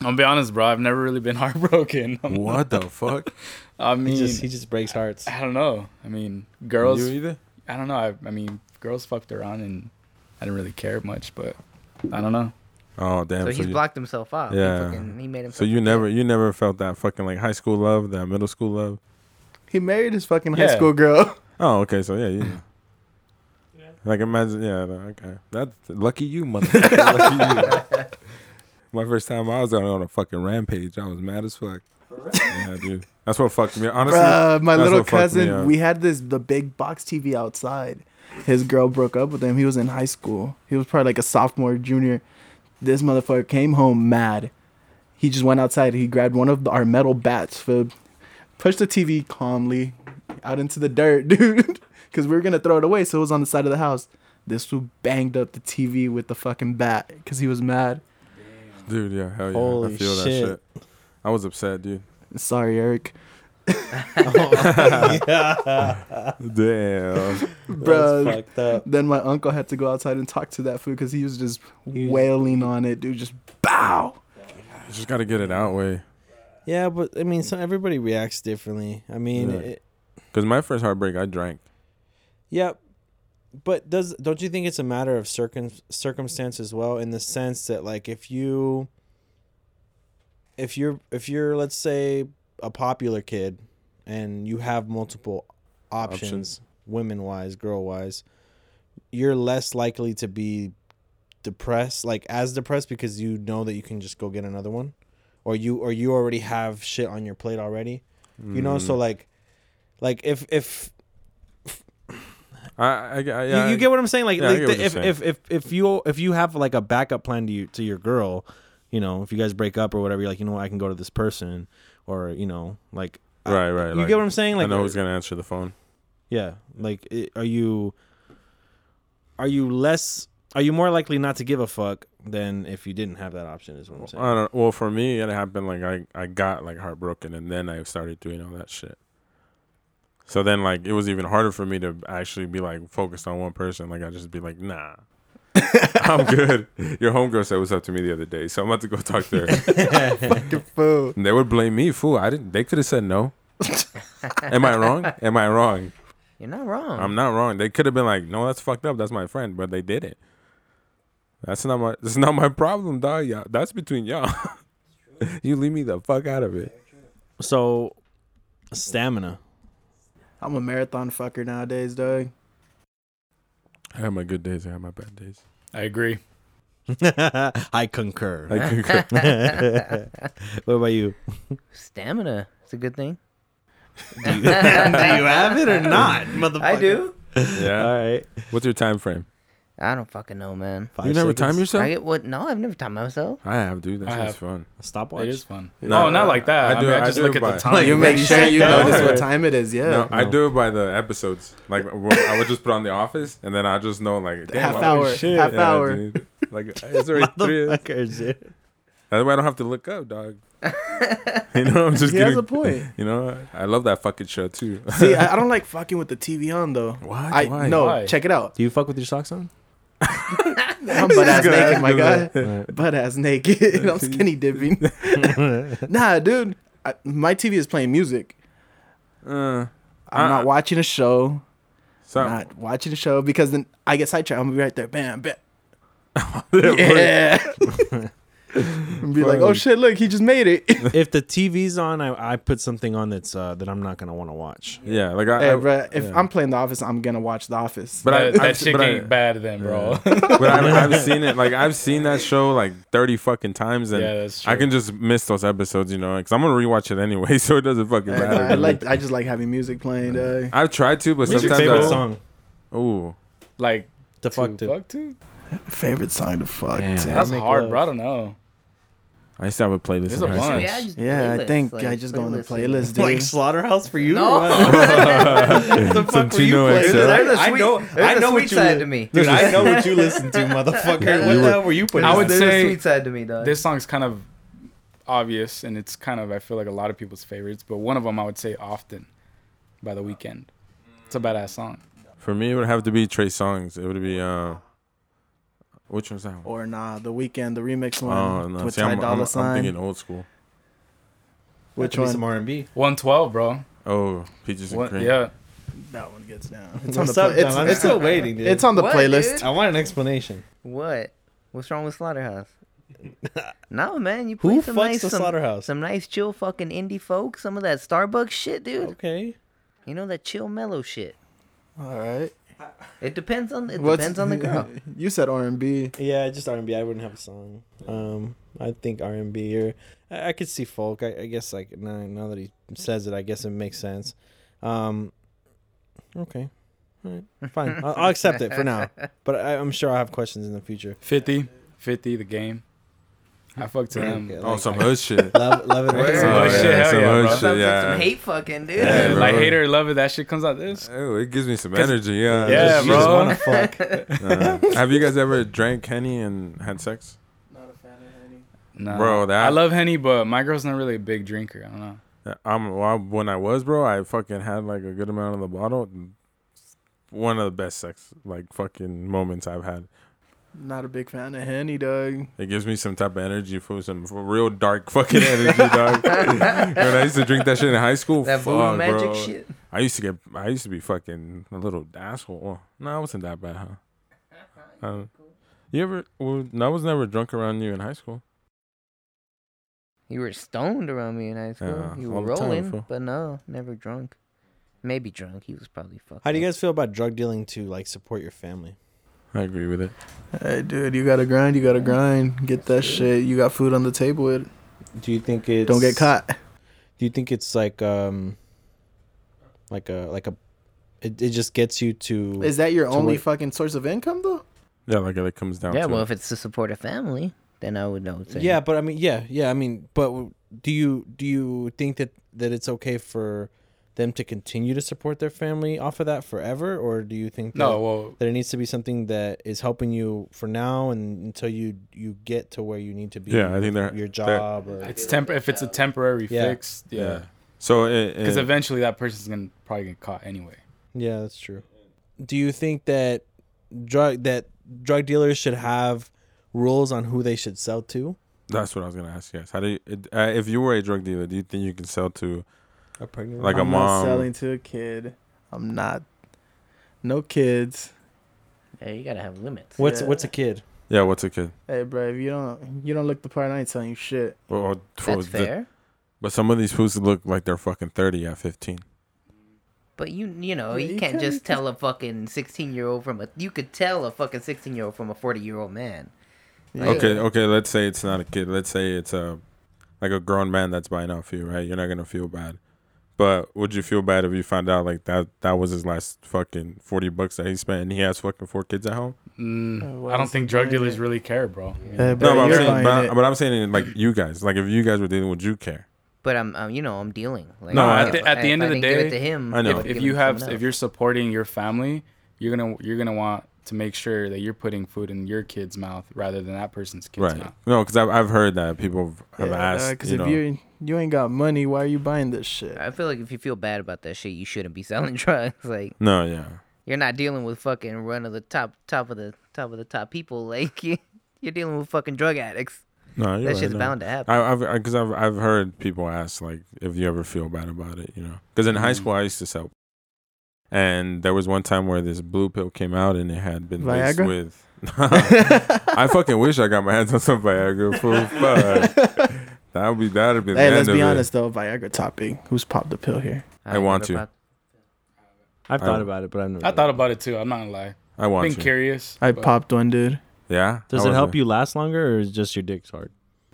S4: I'm gonna be honest, bro. I've never really been *laughs* heartbroken.
S2: What the *laughs* fuck?
S4: I
S1: He
S4: mean,
S1: just he just breaks
S4: *laughs*
S1: hearts.
S4: I don't know. I mean, girls.
S2: You either?
S4: I don't know. I, I mean, girls fucked around, and I didn't really care much. But I don't know.
S2: Oh damn!
S5: so
S2: So,
S5: he's
S2: you,
S5: blocked himself off.
S2: Yeah.
S5: He, fucking, he made himself.
S2: so you never you never felt that fucking like high school love, that middle school love.
S3: *laughs* he married his fucking high
S4: Yeah.
S3: school girl.
S2: Oh okay, so yeah, you. know. Like imagine, yeah, no, okay. That's lucky you, motherfucker. lucky *laughs* you. My first time I was out on a fucking rampage. I was mad as fuck. yeah, dude. That's what fucked me. up. Honestly,
S3: Bruh, my
S2: that's
S3: little
S2: what fucked me up.
S3: cousin, we had this the big box TV outside. His girl broke up with him. He was in high school. He was probably like a sophomore, junior. This motherfucker came home mad. He just went outside. He grabbed one of the, our metal bats, Fib, pushed the TV calmly out into the dirt, *laughs* dude, because we were gonna throw it away. So it was on the side of the house. This dude banged up the TV with the fucking bat because he was mad.
S2: dude. Yeah, hell yeah.
S1: Holy
S2: I feel
S1: shit.
S2: that shit. I was upset, dude.
S3: Sorry, Eric.
S1: *laughs*
S2: Damn. *laughs*
S1: That's
S3: Bruh,
S1: fucked up.
S3: Then my uncle had to go outside and talk to that food because he was just wailing on it, dude. Just bow.
S2: You just gotta get it out way.
S1: Yeah, but I mean, so everybody reacts differently. I mean,
S2: Yeah.
S1: it,
S2: Cause my first heartbreak, I drank.
S1: Yep. But does don't you think it's a matter of circum circumstance as well in the sense that like if you if you're if you're let's say a popular kid and you have multiple options,
S2: Options.
S1: women wise, girl wise, you're less likely to be depressed, like as depressed because you know that you can just go get another one or you or you already have shit on your plate already. You know, so like like if if
S2: I, I, I yeah.
S1: you, you get what I'm saying? Like,
S2: Yeah, I
S1: like
S2: get
S1: the-
S2: what you're
S1: if,
S2: saying.
S1: if if if you if you have like a backup plan to you to your girl, you know, if you guys break up or whatever, you're like, you know, what, I can go to this person, or you know, like, I-
S2: Right, right.
S1: you
S2: like,
S1: get what I'm saying?
S2: I
S1: Like, uh,
S2: know who's gonna answer the phone.
S1: yeah, like, i are you are you less are you more likely not to give a fuck than if you didn't have that option? Is what I'm saying.
S2: I don't. Well, for me, it happened like I, I got like heartbroken, and then I started doing all that shit.
S1: *laughs*
S2: So then, like, it was even harder for me to actually be like focused on one person. Like, I just be like, nah, I'm good. Your homegirl said what's up to me the other day, so I'm about to go talk
S1: *laughs*
S2: to her.
S3: Fool.
S2: And they would blame me, fool. I didn't. They could have
S1: *laughs*
S2: said no. Am I wrong? Am I wrong?
S5: You're not wrong. *laughs*
S2: I'm not wrong. They could have been like, no, that's fucked up. That's my friend, but they did it. That's not my. That's not my problem, dog. Y'all, that's between y'all. *laughs* you leave me the fuck out of it.
S6: So, stamina.
S3: I'm a marathon fucker nowadays, dog.
S2: I have my good days. I have my bad days.
S4: I agree.
S1: *laughs* I concur.
S3: *laughs*
S2: I concur.
S1: What about
S2: *laughs*
S1: you?
S5: *laughs* Stamina. It's a good thing.
S1: Do you, do you have it
S5: *laughs*
S1: or not, motherfucker?
S5: I do.
S1: *laughs*
S2: yeah.
S1: All right.
S2: What's your time frame?
S5: I don't fucking know, man.
S1: Five
S2: You never time yourself?
S5: I get what? No, I've never taught myself.
S2: I have, dude. That's
S4: I
S2: just
S4: have.
S2: fun.
S1: Stopwatch.
S4: It is fun.
S2: No,
S4: oh, not like that.
S2: I
S4: I,
S2: do-
S4: mean, I
S2: I
S4: just
S2: do
S4: look at
S2: buy-
S4: the
S2: You
S4: time.
S3: you make sure you
S2: that
S3: *laughs* notice
S2: out.
S3: what time it is. Yeah.
S2: No, I do it by the episodes. Like wh- I would just put on the office, and then I just know like damn, I-
S3: half hour. Half
S2: yeah,
S3: hour.
S2: dude. *laughs*
S1: *laughs*
S2: Like it's
S3: *laughs*
S2: already three.
S1: Motherfuckers, dude.
S2: That's why I don't have to look up, dog. *laughs*
S3: *laughs*
S2: you know, I'm just
S3: He
S2: getting.
S3: has a *laughs* point.
S2: You know, I love that fucking show too.
S3: See, I, I don't like fucking with the TV on though.
S2: What?
S3: I
S2: Why?
S3: no.
S4: Why?
S3: Check it
S2: *laughs*
S3: out.
S6: Do you fuck with your socks on?
S3: I'm butt ass
S2: gonna
S3: naked,
S2: ask
S3: my
S2: you
S3: guy.
S2: that.
S3: Butt ass naked.
S2: *laughs*
S3: *laughs* I'm skinny dipping. nah, dude. I, my TV is playing music.
S2: Uh,
S3: I'm
S2: Uh,
S3: not watching a show.
S2: so
S3: Not watching a show because then I get sidetracked. I'm gonna be right there. Bam, bam.
S2: *laughs* yeah.
S3: Yeah. *laughs* and be like, oh shit, look, he just made it.
S6: if the TV's on, I, I put something on that's uh, that I'm not gonna want to watch.
S2: like I,
S3: *laughs* Hey,
S2: I-
S3: bro, if
S2: yeah.
S3: I'm playing The Office, I'm gonna watch The Office.
S2: but I,
S4: that, that
S2: I've,
S4: shit
S2: but, I,
S4: ain't bad then, bro.
S2: but I've, I've seen it. Like I've seen that show like thirty fucking times, and
S4: Yeah, that's
S2: I
S4: true.
S2: can just miss those episodes, you know, because I'm gonna rewatch it anyway, *laughs* so it doesn't fucking
S3: *laughs* I,
S2: matter.
S3: I
S2: dude.
S3: like, I just like having music playing. Uh,
S2: I've tried to, but
S1: What's your
S2: sometimes
S1: favorite
S2: I,
S1: song?
S2: Ooh,
S4: *laughs* like
S1: The fuck,
S4: to
S1: dude.
S4: fuck to?
S3: favorite song to fuck.
S2: Damn.
S3: to.
S4: That's
S1: make
S4: hard,
S1: love.
S4: bro. I don't know.
S2: I used to have a playlist.
S4: There's
S2: in
S4: a
S2: high
S4: bunch.
S2: school.
S5: just
S3: Yeah, I
S5: playlist,
S3: think
S5: like,
S3: I just go on the
S5: playlist.
S3: playlist, dude.
S1: Like Slaughterhouse for you?
S3: *laughs*
S5: No. *laughs*
S1: What the fuck were you
S2: Tino
S1: playing?
S2: XL.
S5: There's a
S1: I know,
S5: sweet-
S1: I
S5: there's a
S1: know
S5: sweet
S1: what you
S5: side
S1: li-
S5: to me.
S1: Dude, I know *laughs* what you listen to, motherfucker. What the hell were you putting?
S4: I
S1: on?
S4: would
S5: There's
S4: say
S5: a sweet side to me, dog.
S4: This song's kind of obvious, and it's kind of I feel like a lot of people's favorites, but one of them I would say often by the weekend. It's a badass song.
S2: For me, it would have to be Trey Songs. It would be uh, which one's that one?
S3: Or nah, the weekend, the remix one
S2: Oh, no.
S3: with
S2: See,
S3: Ty
S2: I'm,
S3: Dolla
S2: I'm, I'm
S3: Sign.
S2: thinking old school.
S3: Which
S1: Give me
S3: one?
S1: Some R and B.
S4: 112, bro.
S2: Oh, Peaches and
S4: What,
S2: Cream.
S4: yeah.
S3: that one gets down. It's on
S1: What's
S3: the pla-
S1: up,
S3: it's,
S1: Dom? I'm
S3: *laughs* it's,
S1: still waiting, dude.
S3: it's on the
S5: What,
S3: playlist.
S1: I want an explanation.
S5: What? What's wrong
S1: *laughs*
S5: with Slaughterhouse? no, man, you
S1: Who
S5: play some
S1: fucks
S5: nice
S1: the
S5: some,
S1: Slaughterhouse?
S5: some nice chill fucking indie folk, some of that Starbucks shit, dude.
S1: Okay.
S5: You know that chill mellow shit.
S3: All right.
S5: It depends on it
S3: What's- *laughs*
S5: depends on the girl.
S3: you said R and B.
S1: Yeah, just R and B. I wouldn't have a song. Um, I think R and B or I, I could see folk. I, I guess like now, now that he says it, I guess it makes sense. Um, okay, all right, fine. I'll, I'll accept it for
S6: *laughs*
S1: now. But I, I'm sure I'll have questions in the future.
S4: 50, 50, the game. I fuck to them.
S1: Okay,
S2: Oh,
S1: like,
S2: some
S1: I-
S2: hood
S3: *laughs*
S2: shit.
S1: love, love it. or
S5: Word.
S1: hate it.
S4: Oh,
S2: Oh,
S4: shit,
S2: yeah,
S4: hell
S2: some hood
S4: yeah, bro.
S2: shit,
S5: Sometimes
S2: yeah.
S5: it's some hate fucking, dude.
S2: Yeah,
S4: like
S2: bro.
S4: hater, love it. That shit comes out this.
S2: Oh, it gives me some energy. Yeah.
S4: Yeah,
S2: It's
S1: You just
S4: bro. *laughs*
S1: want to fuck.
S2: Uh, have you guys ever drank henny and had sex?
S4: Nah.
S2: Bro, that-
S4: I love henny, but my girl's not really a big drinker. I don't know.
S2: Uh, I'm well, I- when I was, bro. I fucking had like a good amount of the bottle. One of the best sex like fucking moments I've had.
S3: Not a big fan of Henny, dog.
S2: It gives me some type of energy for some real dark fucking energy, dog. when I used to drink that shit in high school,
S1: oh,
S5: That voodoo
S2: fuck,
S5: magic
S2: bro.
S5: shit.
S2: I used to get, I used to be fucking a little asshole. Well, no, I wasn't that bad, huh? Uh, you ever? Well, no, I was never drunk around you in high school.
S5: You were stoned around me in high school.
S2: Yeah,
S5: you
S2: all
S5: were
S2: the time,
S5: rolling,
S2: fool.
S5: but no, never drunk. Maybe drunk. He was probably fucked.
S1: How do you
S5: up.
S1: guys feel about drug dealing to like support your family?
S2: I agree with it.
S3: Hey, dude, you gotta grind. You gotta grind. Get that shit. You got food on the table. It
S1: Do you think it's
S3: don't get caught.
S1: Do you think it's like um, like a like a, it, it just gets you to
S3: Is that your
S1: So
S3: only
S1: wait-
S3: fucking source of income though?
S2: Yeah, like it comes down.
S5: Yeah,
S2: to
S5: well,
S2: it.
S5: if it's to support a family, then I would know.
S1: Yeah, but I mean, yeah, yeah. I mean, but w- do you do you think that that it's okay for them to continue to support their family off of that forever, or do you think that,
S4: No, well,
S1: that it needs to be something that is helping you for now and until you you get to where you need to be?
S2: Yeah, I think they're-
S1: your
S2: they're-
S1: job or
S4: it's temp. If it's a temporary
S1: Yeah.
S4: fix, yeah.
S2: So it,
S4: Because
S2: it-
S4: eventually that person's gonna probably get caught anyway.
S1: yeah, that's true. Do you think that drug that drug dealers should have rules on who they should sell to.
S2: That's what I was gonna ask you guys. How do you, it- uh, if you were a drug dealer, do you think you can sell to
S1: A pregnant
S2: like a
S3: I'm
S2: mom?
S3: not selling to a kid. I'm not. No kids.
S5: Yeah, you gotta have limits.
S1: What's
S3: Yeah.
S1: what's a kid?
S2: Yeah, what's a kid?
S3: Hey, bro, if you don't you don't look the part, I ain't telling you shit.
S2: Well, well, for
S5: That's
S2: the-
S5: fair.
S2: But some of these fools look like they're fucking thirty at fifteen.
S5: But you you know
S3: Yeah,
S5: you,
S3: you
S5: can't
S3: can-
S5: just
S3: you can-
S5: tell a fucking sixteen year old from a you could tell a fucking sixteen year old from a forty year old man. Like,
S2: Okay, okay. Let's say it's not a kid. Let's say it's a like a grown man that's buying out for you, right? You're not gonna feel bad. But would you feel bad if you found out like that that was his last fucking forty bucks that he spent and he has fucking four kids at home?
S4: Mm,
S3: Uh,
S4: I don't
S3: what's
S4: think
S3: the
S4: drug
S3: point?
S4: dealers really care, bro.
S3: Hey,
S2: No,
S3: bro,
S2: but I'm
S3: you're
S2: saying,
S3: buying
S2: but,
S3: it.
S2: but I'm saying like you guys, like if you guys were dealing, would you care?
S5: But I'm, i you know I'm dealing. Like,
S2: No, at
S5: if-
S4: the- at the
S5: if
S4: end
S5: I
S4: of the
S5: didn't give it
S4: day,
S5: to him,
S2: I know.
S5: I would
S4: If
S5: give
S4: you
S5: it to
S4: have
S5: someone
S4: if
S5: else.
S4: you're supporting your family, you're gonna you're gonna want to make sure that you're putting food in your kid's mouth rather than that person's kid's
S2: right?
S4: mouth.
S2: No, because I've I've heard that people have asked.
S3: because
S2: you
S3: uh, if
S2: know,
S3: you you ain't got money, why are you buying this shit?
S5: I feel like if you feel bad about that shit, you shouldn't be selling *laughs* drugs. Like
S2: no, yeah,
S5: you're not dealing with fucking run of the top top of the top of the top people. *laughs* Like you, you're dealing with fucking drug addicts.
S2: no, you're
S5: That
S2: right,
S5: shit's
S2: no.
S5: bound to happen.
S2: I, I've because I've I've heard people ask like if you ever feel bad about it, you know. Because in high
S4: Mhm.
S2: school I used to sell, and there was one time where this blue pill came out and it had been laced
S3: Viagra?
S2: with. *laughs* *laughs* I fucking wish I got my hands on some Viagra.
S3: *laughs*
S2: Fool. Fuck. That would be that would be the
S3: Hey,
S2: end
S3: let's
S2: of
S3: be
S2: it.
S3: honest though, Viagra topic. Who's popped the pill here?
S2: I want to.
S6: I've
S2: I-
S6: thought about it, but I've never.
S4: I thought about it too. I'm not gonna lie.
S2: I
S4: I've
S2: want
S4: been
S2: to.
S4: curious.
S3: I
S4: but-
S3: popped one, dude.
S2: yeah.
S6: Does it help you last longer, or is just your dick's hard?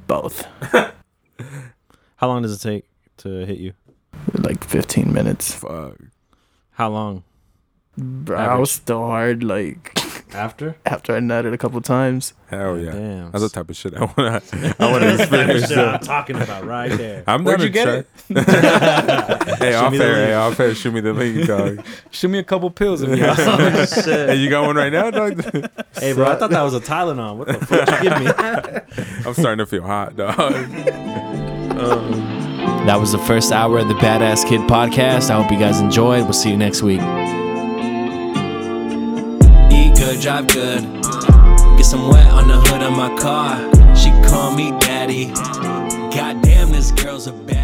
S3: Both,
S6: How long does it take to hit you?
S3: like 15 minutes.
S2: Fuck.
S6: How long
S3: Bro, I
S6: Average.
S3: was still hard. Like *laughs*
S6: after?
S3: after I nutted a couple times.
S2: Hell yeah.
S6: Damn.
S2: That's the
S6: *laughs*
S2: type of shit I wanna. I *laughs* wanna experience.
S1: I'm
S2: that.
S1: talking about right
S2: *laughs*
S1: there.
S2: I'm
S4: Where'd
S2: down to
S4: you get
S2: try- *laughs*
S4: it?
S2: hey, off
S1: me the
S2: air.
S1: link.
S2: Hey, off air. Shoot me the link, dog.
S4: Shoot me a couple pills
S1: *laughs*
S4: if you
S2: hey, you got one right now, dog?
S1: Hey, bro, I thought that was a Tylenol. What the fuck you give me?
S2: I'm starting to feel hot, dog.
S6: That was the first hour of the Badass Kid podcast. I hope you guys enjoyed. We'll see you next week.
S8: Eat good, drive good. Get some wet on the hood of my car. She call me daddy. Goddamn, this girl's a bad.